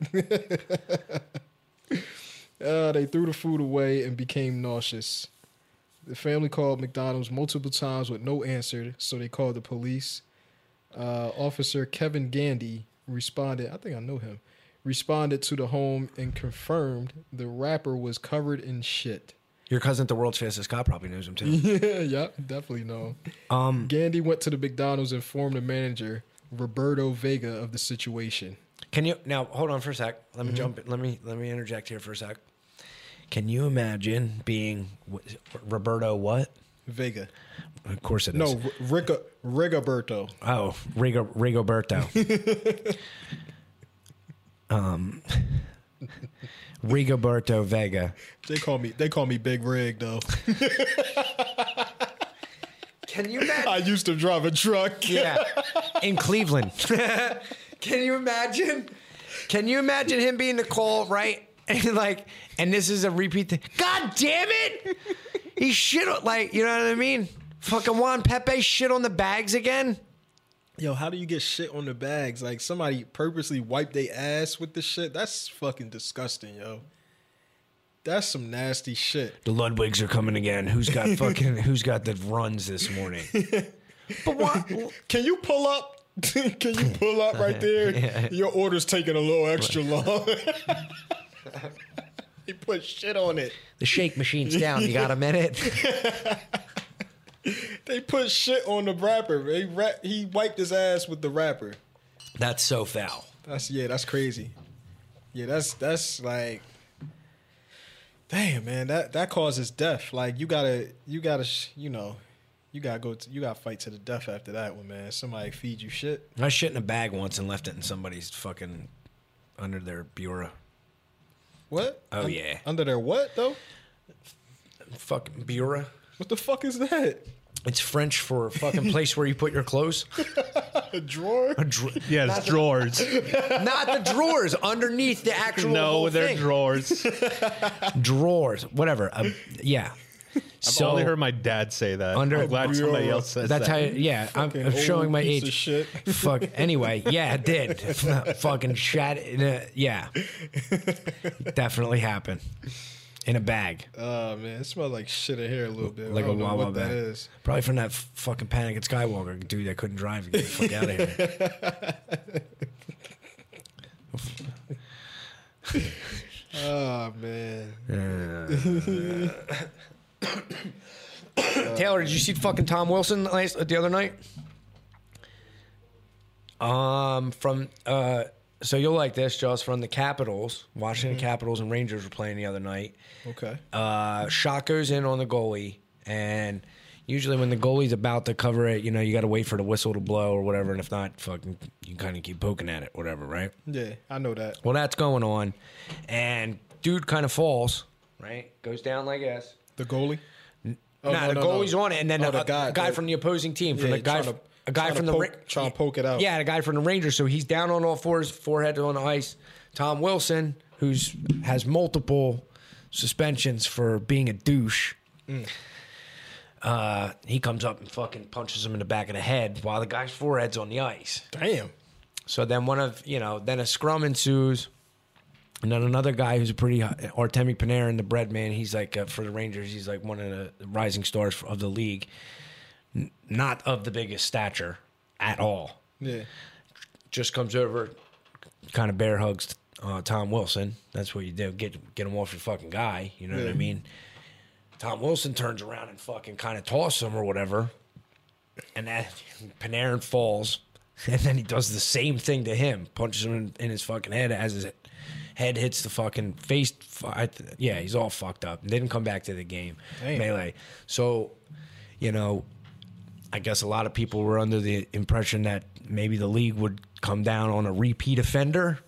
uh, they threw the food away and became nauseous. The family called McDonald's multiple times with no answer, so they called the police. Uh, Officer Kevin Gandy responded. I think I know him. Responded to the home and confirmed the rapper was covered in shit. Your cousin at the world's fastest cop probably knows him too. yeah, yep, definitely know. Um, Gandy went to the McDonald's and informed the manager Roberto Vega of the situation. Can you now hold on for a sec? Let Mm-hmm. me jump. Let me let me interject here for a sec. Can you imagine being wh- Roberto? What? Vega. Of course it is. No, R- Rica, Rigoberto. Oh, Rigo, Rigoberto. um, Rigoberto Vega. They call me. They call me Big Rig though. Can you imagine? I used to drive a truck. yeah, in Cleveland. Can you imagine? Can you imagine him being Nicole, right? And like, and this is a repeat thing. God damn it! He shit on, like, you know what I mean? Fucking Juan Pepe shit on the bags again. Yo, how do you get shit on the bags? Like somebody purposely wiped their ass with this shit. That's fucking disgusting, yo. That's some nasty shit. The Ludwigs are coming again. Who's got fucking? who's got the runs this morning? but what? Can you pull up? Can you pull up right there? Your order's taking a little extra long. he put shit on it. The shake machine's down. You got a minute? They put shit on the rapper. They rap, he wiped his ass with the rapper. That's so foul. That's yeah, that's crazy. Yeah, that's that's like Damn, man, that that causes death. Like you got to you got to you know, you got to go to, you got to fight to the death after that one, man. Somebody feed you shit. I shit in a bag once and left it in somebody's fucking under their bureau. What? Oh, Un- yeah. Under their what though? Fucking bureau. What the fuck is that? It's French for a fucking place where you put your clothes. A drawer? A dra- Yeah, it's drawers. Not the drawers underneath the actual. no, whole they're thing. drawers. drawers. Whatever. Um, yeah. I've only heard my dad say that. Under- I'm glad somebody Bureau. else says Oh, that's how. that. Yeah, I'm, I'm old showing my piece age. of shit. Fuck. Anyway, yeah, it did. fucking shat. In a, yeah, definitely happened in a bag, Oh man, it smells like shit in here a little bit. like I a don't know Wawa what that bag. is. Probably from that fucking Panic at Skywalker dude that couldn't drive and get the fuck out of here. Oh man. Taylor, did you see fucking Tom Wilson last the other night? Um, from uh, so you'll like this, Josh, from the Capitals, Washington Mm-hmm. Capitals and Rangers were playing the other night. Okay. Uh, shot goes in on the goalie, and usually when the goalie's about to cover it, you know, you got to wait for the whistle to blow or whatever, and if not, fucking, you kind of keep poking at it, whatever, right? Yeah, I know that. Well, that's going on, and dude kind of falls, right? Goes down like this. The goalie? Oh, nah, no, the no, no. goalie's on it, and then Oh, a, the guy, guy- guy from the opposing team, from Yeah, the guy, tryna- a guy tryna from the poke- tryna poke it out. Yeah, a guy from the Rangers. So he's down on all fours, forehead on the ice. Tom Wilson, who's has multiple suspensions for being a douche. Mm. Uh, he comes up and fucking punches him in the back of the head while the guy's forehead's on the ice. Damn. So then one of you know then a scrum ensues, and then another guy who's a pretty Artemi Panarin, the bread man. He's like uh, for the Rangers, he's like one of the rising stars of the league, N- not of the biggest stature at all. Yeah. Just comes over, kind of bear hugs uh, Tom Wilson. That's what you do. Get get him off your fucking guy. You know what I Yeah. mean? Tom Wilson turns around and fucking kind of tosses him or whatever, and that Panarin falls, and then he does the same thing to him, punches him in, in his fucking head as his head hits the fucking face. Fu- I th- Yeah, he's all fucked up. Didn't come back to the game Damn. melee. So, you know, I guess a lot of people were under the impression that maybe the league would come down on a repeat offender.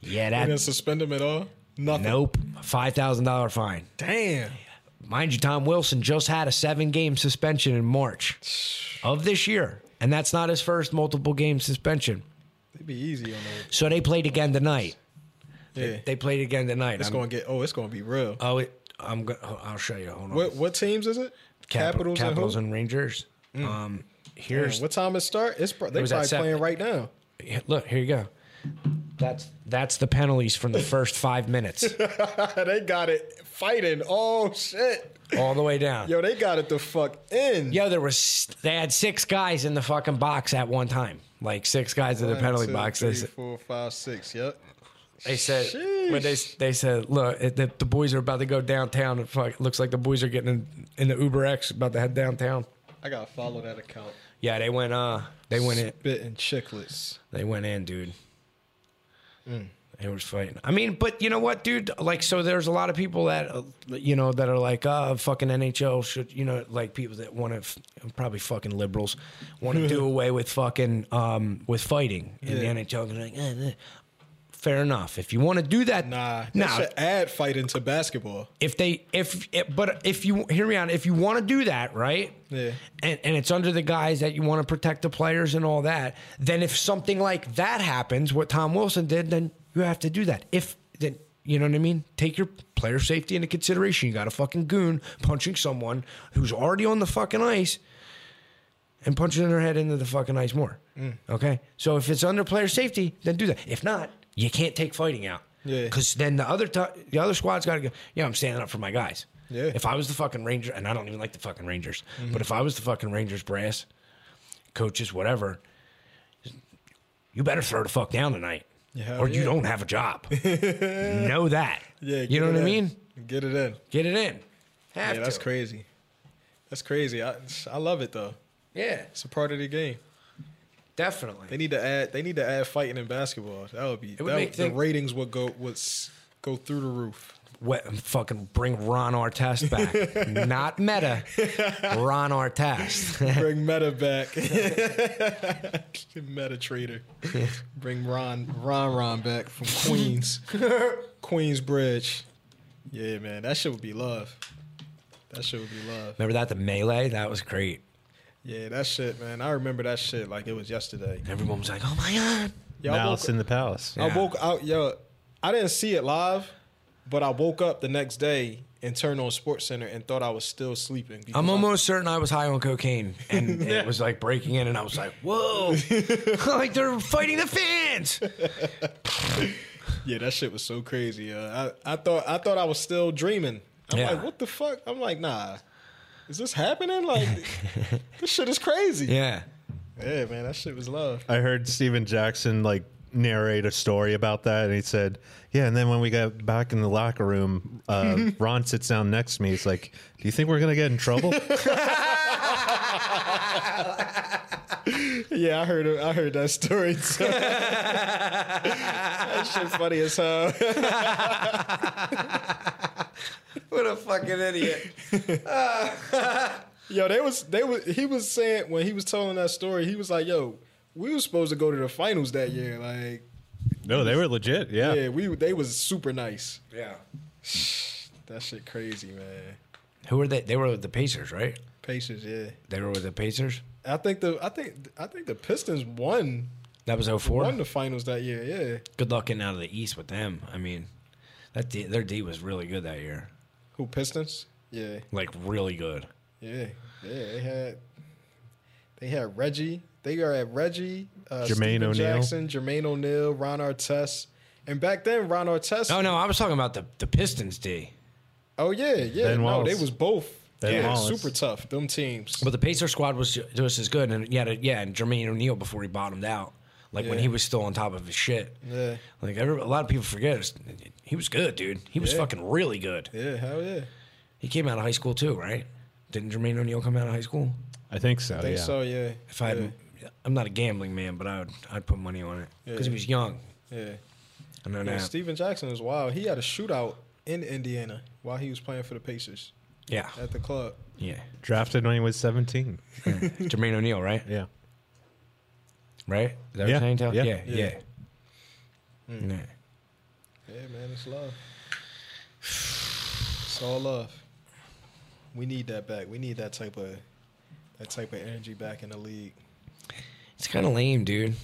yeah, They didn't that. suspend him at all? Nothing. Nope, five thousand dollar fine. Damn. Mind you, Tom Wilson just had a seven game suspension in March of this year, and that's not his first multiple game suspension. It'd be easy on those. So they played again tonight. Yeah. They played again tonight. It's I'm- going to get, oh, it's going to be real. oh, it, I'm. Go- I'll show you. Hold on. What what teams is it? Cap- Capitals, Capitals and, and, Rangers. Um, who? here's Damn, what time it start? It's pro- they was at probably seven. playing right now. Yeah, look, here you go. That's that's the penalties from the first five minutes. they got it fighting. Oh shit. all the way down. Yo, they got it the fuck in. Yo, there was they had six guys in the fucking box at one time. Like six guys in the One, penalty two, box. three, They, s- four, five, six. Yep. they said when they s- they said, look, it, the, the boys are about to go downtown. It fuck, looks like the boys are getting in, in the Uber X, about to head downtown. I gotta follow that account. Yeah, they went. Uh, they went in. Spit and chicklets. They went in, dude. They were fighting. I mean, but you know what, dude? Like, so there's a lot of people that uh, you know that are like, uh, fucking NHL should, you know, like people that want to, f- probably fucking liberals, want to do away with fucking um with fighting in the NHL. They're like, eh, eh. fair enough. If you want to do that, Nah, they nah. should add fighting to basketball. If they, if, if but if you hear me out, if you want to do that, right? Yeah. and, and it's under the guise that you want to protect the players and all that, then if something like that happens, what Tom Wilson did, then you have to do that. If then you know what I mean? Take your player safety into consideration. You got a fucking goon punching someone who's already on the fucking ice and punching their head into the fucking ice more. Mm. Okay? So if it's under player safety, then do that. If not, you can't take fighting out. Yeah. Because then the other t- the other squad's got to go. Yeah, I'm standing up for my guys. Yeah. Mm-hmm. If I was the fucking Ranger, and I don't even like the fucking Rangers, but if I was the fucking Rangers brass, coaches, whatever, you better throw the fuck down tonight, Yeah, or yeah. you don't have a job. know that. Yeah, You get know it what I in. mean? Get it in. Get it in. Have Yeah, that's to. crazy. That's crazy. I I love it though. Yeah, It's a part of the game. definitely. They need to add. They need to add fighting in basketball. That would be. would that make would- the thing- ratings would go would s- go through the roof. What, fucking bring Ron Artest back. Not Meta. Ron Artest. Bring Meta back. Meta trader. Bring Ron Ron Ron back from Queens. Queensbridge. Yeah, man, that shit would be love. That shit would be love. Remember that the melee? That was great. Yeah, that shit, man. I remember that shit like it was yesterday. Everyone was like, "Oh my god!" Yo, I woke- Malice in the Palace. Yeah. I woke out, yo, I didn't see it live, but I woke up the next day and turned on Sports Center and thought I was still sleeping. because I'm I- almost certain I was high on cocaine, and it was like breaking in, and I was like, "Whoa!" like they're fighting the fans. yeah, that shit was so crazy. Uh, I, I thought I thought I was still dreaming. I'm Yeah. like, what the fuck? I'm like, nah. Is this happening? Like, this shit is crazy. Yeah. Yeah, man, that shit was love. I heard Steven Jackson like narrate a story about that, and he said, "Yeah." And then when we got back in the locker room, uh, Ron sits down next to me. He's like, "Do you think we're gonna get in trouble?" Yeah, I heard I heard that story. Too. that shit funny as hell. what a fucking idiot. Yo, they was they was he was saying when he was telling that story, he was like, "Yo, we was supposed to go to the finals that year. Like, no, they were legit. Yeah. yeah, we they was super nice. Yeah. That shit crazy, man. Who were they? They were with the Pacers, right? Pacers, yeah. They were with the Pacers. I think the I think I think the Pistons won That was won 04. the finals that year. Yeah, Good luck getting out of the East with them. I mean, that D, their D was really good that year. who Pistons? Yeah, Like really good. yeah, yeah. They had they had Reggie. They are at Reggie, uh, Jermaine Steven O'Neal. Jackson, Jermaine O'Neal, Ron Artest, and back then Ron Artest. Oh, Oh, No, no, I was talking about the the Pistons D. Oh yeah, yeah. Ben no, Wallace. they was both. Ben yeah, Wallace. super tough. Them teams. But the Pacer squad was ju- just as good, and yeah, yeah, and Jermaine O'Neal before he bottomed out, like when Yeah. he was still on top of his shit. Yeah. Like every, a lot of people forget, it's- he was good, dude. He was fucking really good. yeah, hell yeah. He came out of high school too, right? Didn't Jermaine O'Neal come out of high school? I think so. I think yeah. so. Yeah. If I, had, I'm not a gambling man, but I would, I'd put money on it because Yeah. he was young. uh, yeah, yeah. I know Yeah, now. Steven Jackson was wild. He had a shootout in Indiana while he was playing for the Pacers Yeah, at the club. yeah. Drafted when he was seventeen. Jermaine O'Neal, right? Yeah. Right? Is that what Yeah, you're saying, Tal? yeah. yeah, yeah. Yeah. Yeah. Yeah, man, it's love. It's all love. We need that back. We need that type of that type of energy back in the league. It's kind of lame, dude.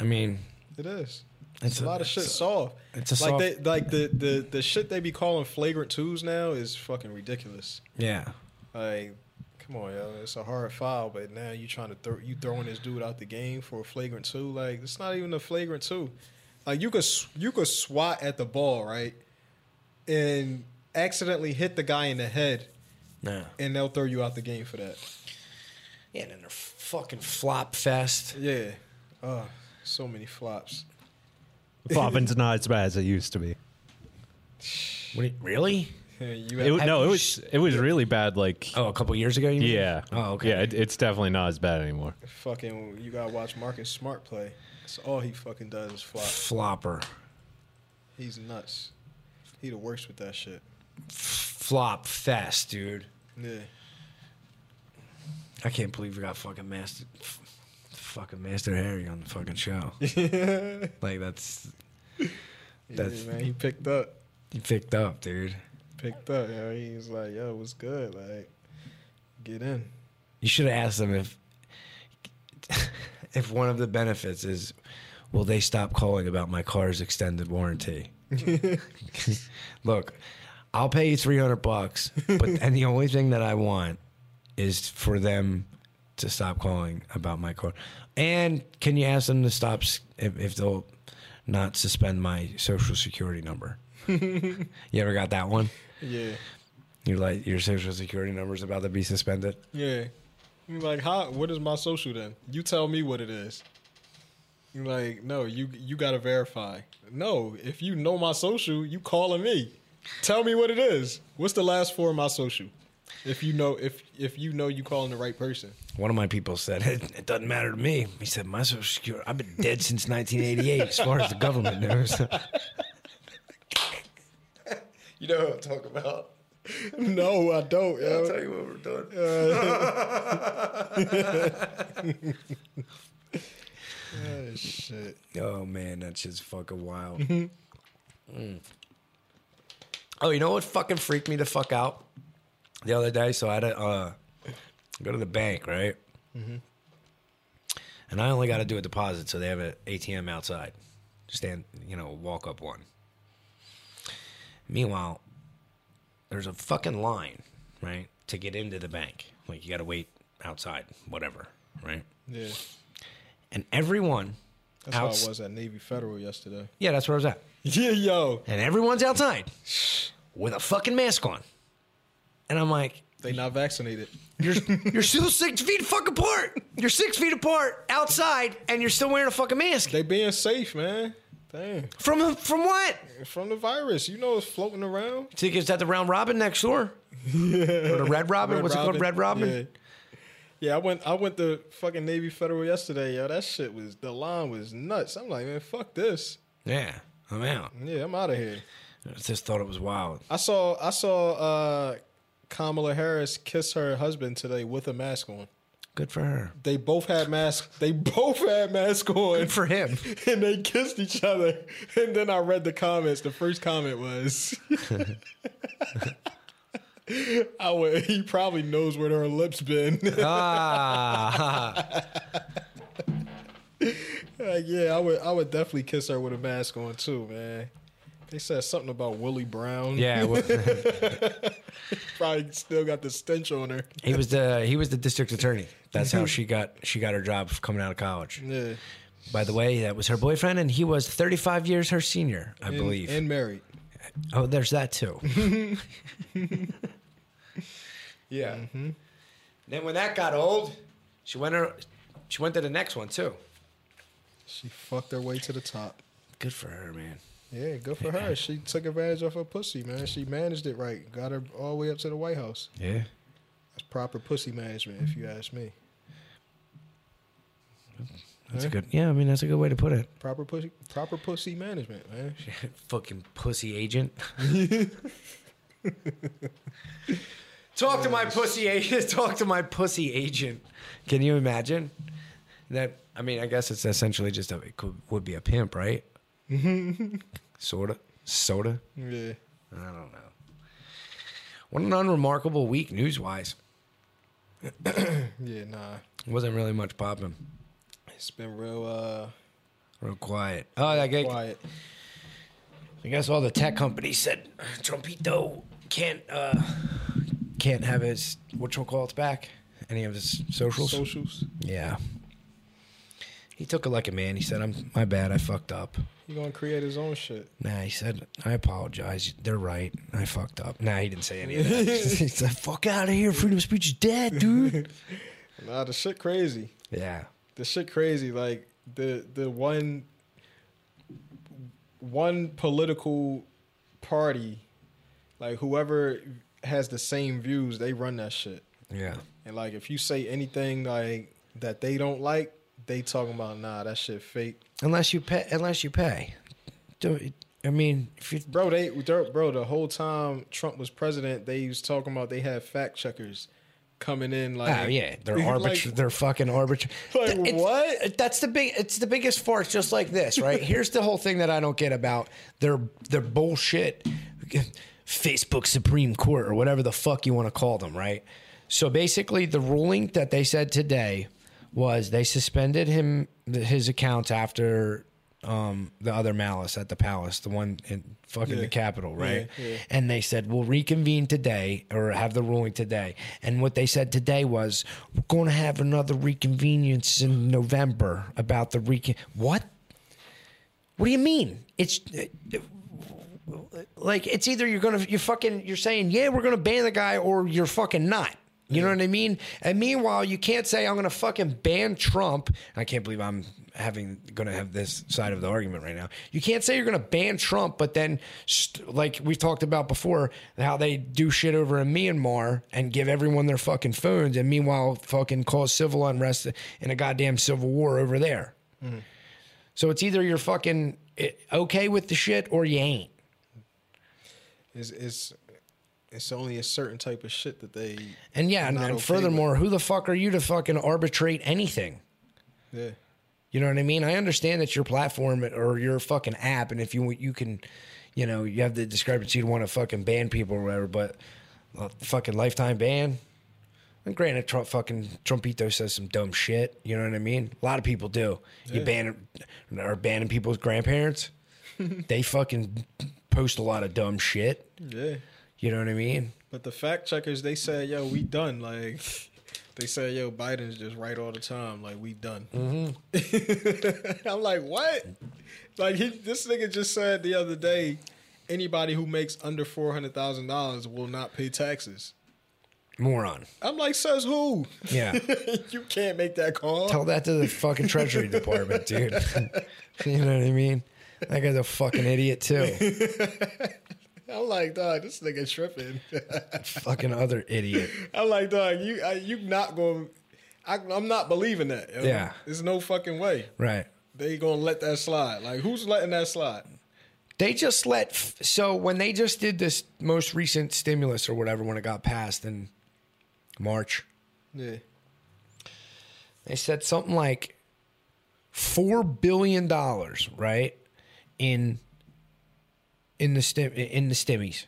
I mean, It is. it's, It's a lot of shit it's- soft. it's a like soft- they like the, the the shit they be calling flagrant twos now is fucking ridiculous. Yeah. Like, come on, yo, it's a hard foul, but now you trying to throw you throwing this dude out the game for a flagrant two. Like, it's not even a flagrant two. Like you could s- you could swat at the ball, right? And accidentally hit the guy in the head, Yeah. and they'll throw you out the game for that. Yeah, and then they're fucking flop fest. Yeah. Oh, so many flops. Flopping's not as bad as it used to be. What do you- really? Yeah, you It, have, wa- no, you it was sh- it was really bad. Like Oh, a couple years ago, you mean? yeah, Oh, okay. Yeah, it, it's definitely not as bad anymore. fucking you gotta watch Marcus Smart play. That's all he fucking does is flop. Flopper. He's nuts. He the worst with that shit. Flop fest, dude. Yeah. I can't believe we got fucking Master f- fucking Master Harry on the fucking show. like that's That's- yeah, man. He picked up. you picked up, dude. Picked up. Yo. He was like, yo, what's good? Like, get in. You should have asked them if if one of the benefits is will they stop calling about my car's extended warranty? Look, I'll pay you 300 bucks, but and the only thing that I want is for them to stop calling about my car. And can you ask them to stop s- if, if they'll not suspend my social security number? you ever got that one? Yeah. You're like your social security number's about to be suspended. Yeah. you like, how? What is my social then? You tell me what it is. You're like, no, you you gotta verify. No, if you know my social, you calling me. Tell me what it is. What's the last four of my social? If you know, if if you know, you calling the right person. One of my people said, it, it doesn't matter to me. He said, my social security, I've been dead since 1988 as far as the government knows. You know what I'm talking about? No, I don't. Yo. I'll tell you what we're doing. shit. oh, man, that shit's fucking wild. Mm-hmm. Mm. Oh, you know what fucking freaked me the fuck out the other day? So I had to uh, go to the bank, right? Mm-hmm. And I only got to do a deposit, so they have an ATM outside. Stand, you know, walk up one. Meanwhile, there's a fucking line, right, to get into the bank. Like you got to wait outside, whatever, right? Yeah, And everyone, that's how Outs- I was at Navy Federal yesterday. yeah, that's where I was at. Yeah, yo, And everyone's outside with a fucking mask on. And I'm like, they not vaccinated. you're you're still six feet fuck apart. You're six feet apart outside, and you're still wearing a fucking mask. They being safe, man. Damn, From from what? from the virus, you know it's floating around. Tickets at the Round Robin next door. Or the Red Robin. Red What's it called? Red Robin. Yeah. yeah, I went. I went to fucking Navy Federal yesterday. Yo, that shit was the line was nuts. I'm like, man, fuck this. Yeah, I'm out. Yeah, I'm out of here. I just thought it was wild. I saw I saw uh, Kamala Harris kiss her husband today with a mask on. Good for her. They both had masks. They both had masks on, Good for him. and they kissed each other. And then I read the comments. The first comment was, "I would, he probably knows where her lips been." Uh. ah, like, yeah, I would I would definitely kiss her with a mask on too, man. They said something about Willie Brown. yeah. well, probably still got the stench on her. he was the he was the district attorney. That's how she got she got her job coming out of college. Yeah, By the way, that was her boyfriend, and he was 35 years her senior, I and, believe. and married. oh, there's that too. yeah. Then when that got old, she went her, she went to the next one too. She fucked her way to the top. Good for her, man. Yeah, good for her. She took advantage of her pussy, man. She managed it right. Got her all the way up to the White House. Yeah. That's proper pussy management, if you ask me. That's a good. Yeah, I mean that's a good way to put it. Proper pussy, proper pussy management, man. Fucking pussy agent. Talk to my pussy agent. Talk to my pussy agent. Can you imagine? That I mean, I guess it's essentially just a it could, would be a pimp, right? Sorta, soda. Yeah, I don't know. What an unremarkable week news wise. yeah, nah. Wasn't really much popping. It's been real uh, Real quiet. Oh, I guess, quiet. I guess all the tech companies said Trumpito can't uh, can't have his what you call it back. Any of his socials? Socials. Yeah. He took it like a man. He said, "I'm my bad. I fucked up." He gonna create his own shit. Nah, he said, "I apologize. They're right. I fucked up." Nah, he didn't say any of that. he said, "Fuck out of here. Freedom of speech is dead, dude." Nah, the shit crazy. yeah. the shit crazy. Like the the one one political party, like whoever has the same views, they run that shit. Yeah. And like if you say anything like that they don't like, they talking about nah that shit fake. Unless you pay. Unless you pay. Do, I mean, if you Bro, they they're- bro the whole time Trump was president, they was talking about they had fact checkers coming in like Oh yeah, they're Like- arbitra- They're fucking arbitrary. Like, what? That's the big. It's the biggest farce. Just like this, right? Here's the whole thing that I don't get about their their bullshit. Facebook Supreme Court or whatever the fuck you want to call them, right? So basically, the ruling that they said today was they suspended him his account after um, the other malice at the palace, the one in fucking the Capitol, right? And they said, we'll reconvene today or have the ruling today. And what they said today was, we're going to have another reconvenience in November about the recon. What? What do you mean? It's like it's either you're gonna you're fucking you're saying yeah we're gonna ban the guy or you're fucking not. You know what I mean? And meanwhile, you can't say I'm gonna fucking ban Trump. I can't believe I'm having gonna have this side of the argument right now. You can't say you're gonna ban Trump, but then st- like we talked about before, how they do shit over in Myanmar and give everyone their fucking phones, and meanwhile, fucking cause civil unrest and a goddamn civil war over there. So it's either you're fucking eh, okay with the shit or you ain't. it's it's it's only a certain type of shit that they And yeah, and, not and okay furthermore, who the fuck are you to fucking arbitrate anything? yeah. You know what I mean? I understand that your platform or your fucking app, and if you you can, you know, you have the discrepancy you want to fucking ban people or whatever, but a fucking lifetime ban. And granted, Trump fucking Trumpito says some dumb shit. You know what I mean? A lot of people do. You ban or banning people's grandparents. they fucking post a lot of dumb shit. Yeah. You know what I mean? But the fact checkers, they said, "Yo, we done." Like they said, "Yo, Biden's just right all the time. Like we done." Mm-hmm. I'm like, what? Like he, this nigga just said the other day, anybody who makes under four hundred thousand dollars will not pay taxes. Moron. I'm like, says who? Yeah. you can't make that call. Tell that to the fucking Treasury Department, dude. you know what I mean? That guy's a fucking idiot too. I'm like, dog, this nigga tripping. fucking other idiot. I'm like, dog, you I, you not going. I, I'm not believing that. yo. Yeah. there's no fucking way Right. they gonna let that slide. Like, who's letting that slide? They just let f- so when they just did this most recent stimulus or whatever when it got passed in March, Yeah. they said something like four billion dollars, right? In in the stim in the stimmies.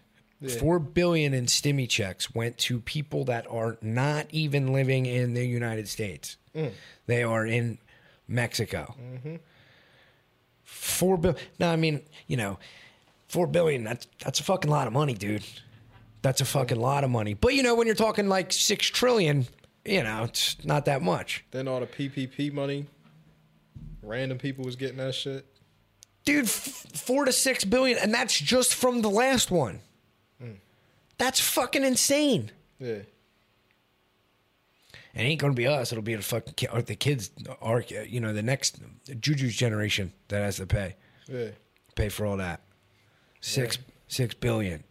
Four billion in stimmy checks went to people that are not even living in the United States. They are in Mexico. Four billion. No, I mean, you know, four billion. That's that's a fucking lot of money, dude. That's a fucking lot of money. But you know, when you're talking like six trillion, you know, it's not that much. Then all the PPP money, random people was getting that shit. dude f- four to six billion and that's just from the last one that's fucking insane Yeah. it ain't gonna be us it'll be the fucking ki- or the kids are you know the next juju's generation that has to pay Yeah. pay for all that six six billion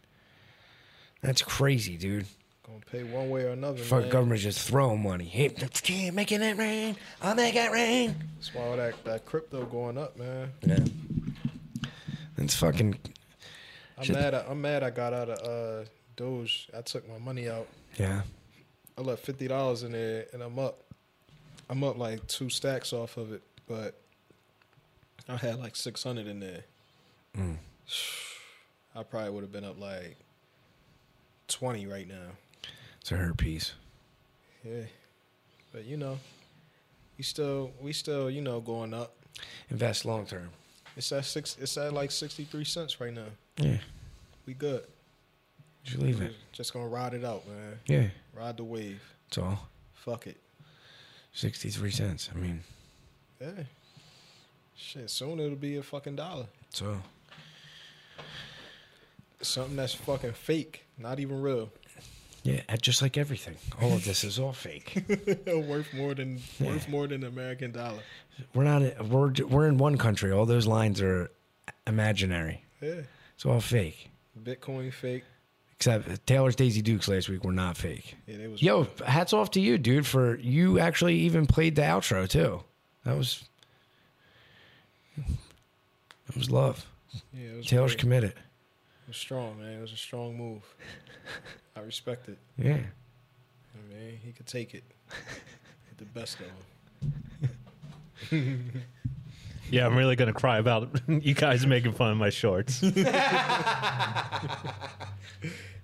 that's crazy dude Gonna pay one way or another. fuck man. government's just throwing money hey, keep making it rain i'll make it rain That's why all that, that crypto going up, man. yeah it's fucking I'm Shit. mad I, I'm mad I got out of uh Doge. I took my money out. yeah I left fifty dollars in there and I'm up I'm up like two stacks off of it, but I had like six hundred in there. I probably would have been up like twenty right now. it's a hurt piece Yeah. But you know, we still we still, you know, going up. invest long term It's at six it's at like sixty three cents right now. yeah We good. did you leave it Just gonna ride it out, man. yeah Ride the wave. that's all Fuck it. 63 cents. I mean, Yeah. Shit, soon it'll be a fucking dollar. So Something that's fucking fake, not even real. yeah, and just like everything, all of this is all fake. worth more than worth more than the American dollar. we're not. We're we're in one country. All those lines are imaginary. Yeah. It's all fake. Bitcoin fake. Except Taylor's Daisy Dukes last week were not fake. Yeah, they was Yo, hats off to you, dude, for you actually even played the outro too. That was that was love. yeah, it was, Taylor's great. committed. It was strong, man. It was a strong move. I respect it. Yeah. I mean, he could take it. Get the best of him. Yeah, I'm really gonna cry about you guys making fun of my shorts.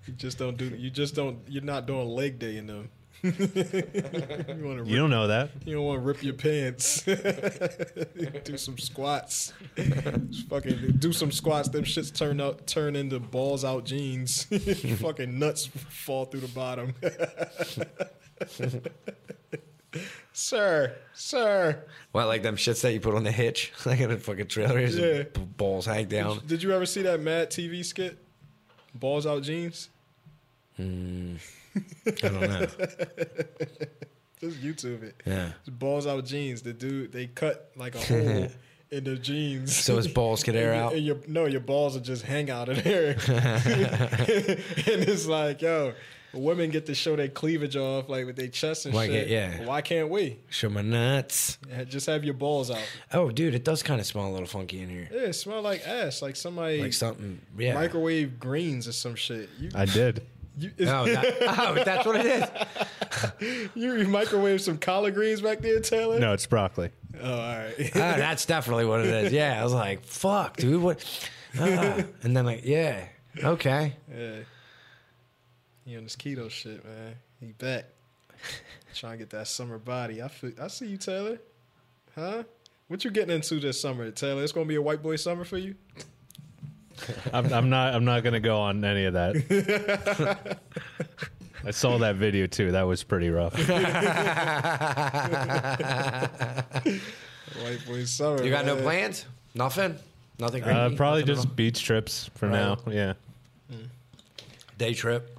You just don't do. You just don't. You're not doing leg day in them. you want to. You don't know that. You don't want to rip your pants. do some squats. Just fucking do some squats. Them shits turn out turn into balls out jeans. fucking nuts fall through the bottom. sir, sir. Well, like them shits that you put on the hitch, like in a fucking trailer, yeah. Yeah. balls hang down. Did you ever see that Mad TV skit? Balls out jeans. I don't know. Just YouTube it. Yeah. Balls out jeans. The dude they cut like a hole in the jeans. So his balls could air And out. your- and your- no, your balls will just hang out in there. and it's like, yo, women get to show their cleavage off, like with their chest and Why shit. can't- yeah. Why can't we? Show my nuts. Yeah, Just have your balls out. Oh, dude, it does kind of smell a little funky in here. Yeah, it smell like ass, like somebody Like something. Yeah. microwave greens or some shit. You, I did. you, Oh, that- oh, that's what it is. you microwave some collard greens back there, Taylor? No, it's broccoli. Oh, all right. Oh, that's definitely what it is. Yeah, I was like, "Fuck, dude!" What? Ah. And then like, yeah, okay. yeah. You on this keto shit, man. He back. Trying to get that summer body. I feel, I see you, Taylor. Huh? What you getting into this summer, Taylor? It's gonna be a white boy summer for you. I'm, I'm not. I'm not gonna go on any of that. I saw that video too. That was pretty rough. White boy summer. You got no man. plans? Nothing? Nothing crazy? Uh, probably Nothing at just beach trips for now. Yeah. all? day trip.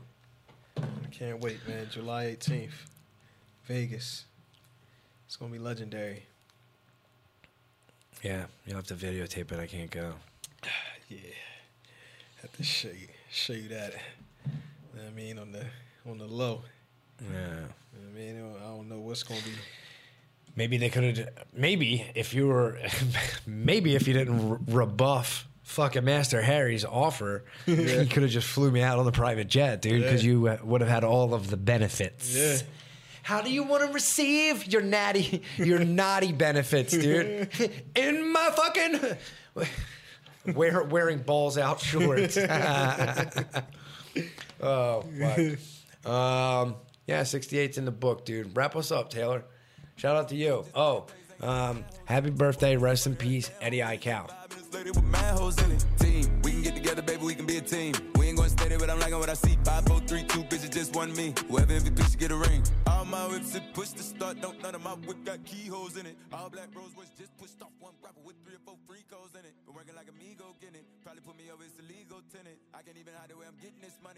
I can't wait, man. July eighteenth, Vegas. It's gonna be legendary. Yeah, you'll have to videotape it. I can't go. Yeah. Have to show you, show you that. You know what I mean, on the on the low. Yeah. You know what I mean, I don't know what's gonna be. Maybe they could have. Maybe if you were, maybe if you didn't re- rebuff fucking Master Harry's offer, he could have just flew me out on the private jet, dude. Because Yeah. you uh, would have had all of the benefits. Yeah. How do you want to receive your natty, your naughty benefits, dude? In my fucking wear, wearing balls out shorts. oh, fuck. Um, yeah, 68's in the book, dude. Wrap us up, Taylor. Shout out to you. Oh, um, happy birthday. Rest in peace, Eddie I. Cow. Flirted with mad hoes in it. Team, we can get together, baby, we can be a team. We ain't going steady, but I'm liking what I see. Five, four, three, two bitches, just one me. Whoever MVP should get a ring. All my whips it push to start, don't none of my whip got keyholes in it. All black bros was just pushed off one rapper with three or four free codes in it. Been working like a Migo, getting it. Probably put me over, it's illegal tenant. I can't even hide the way I'm getting this money.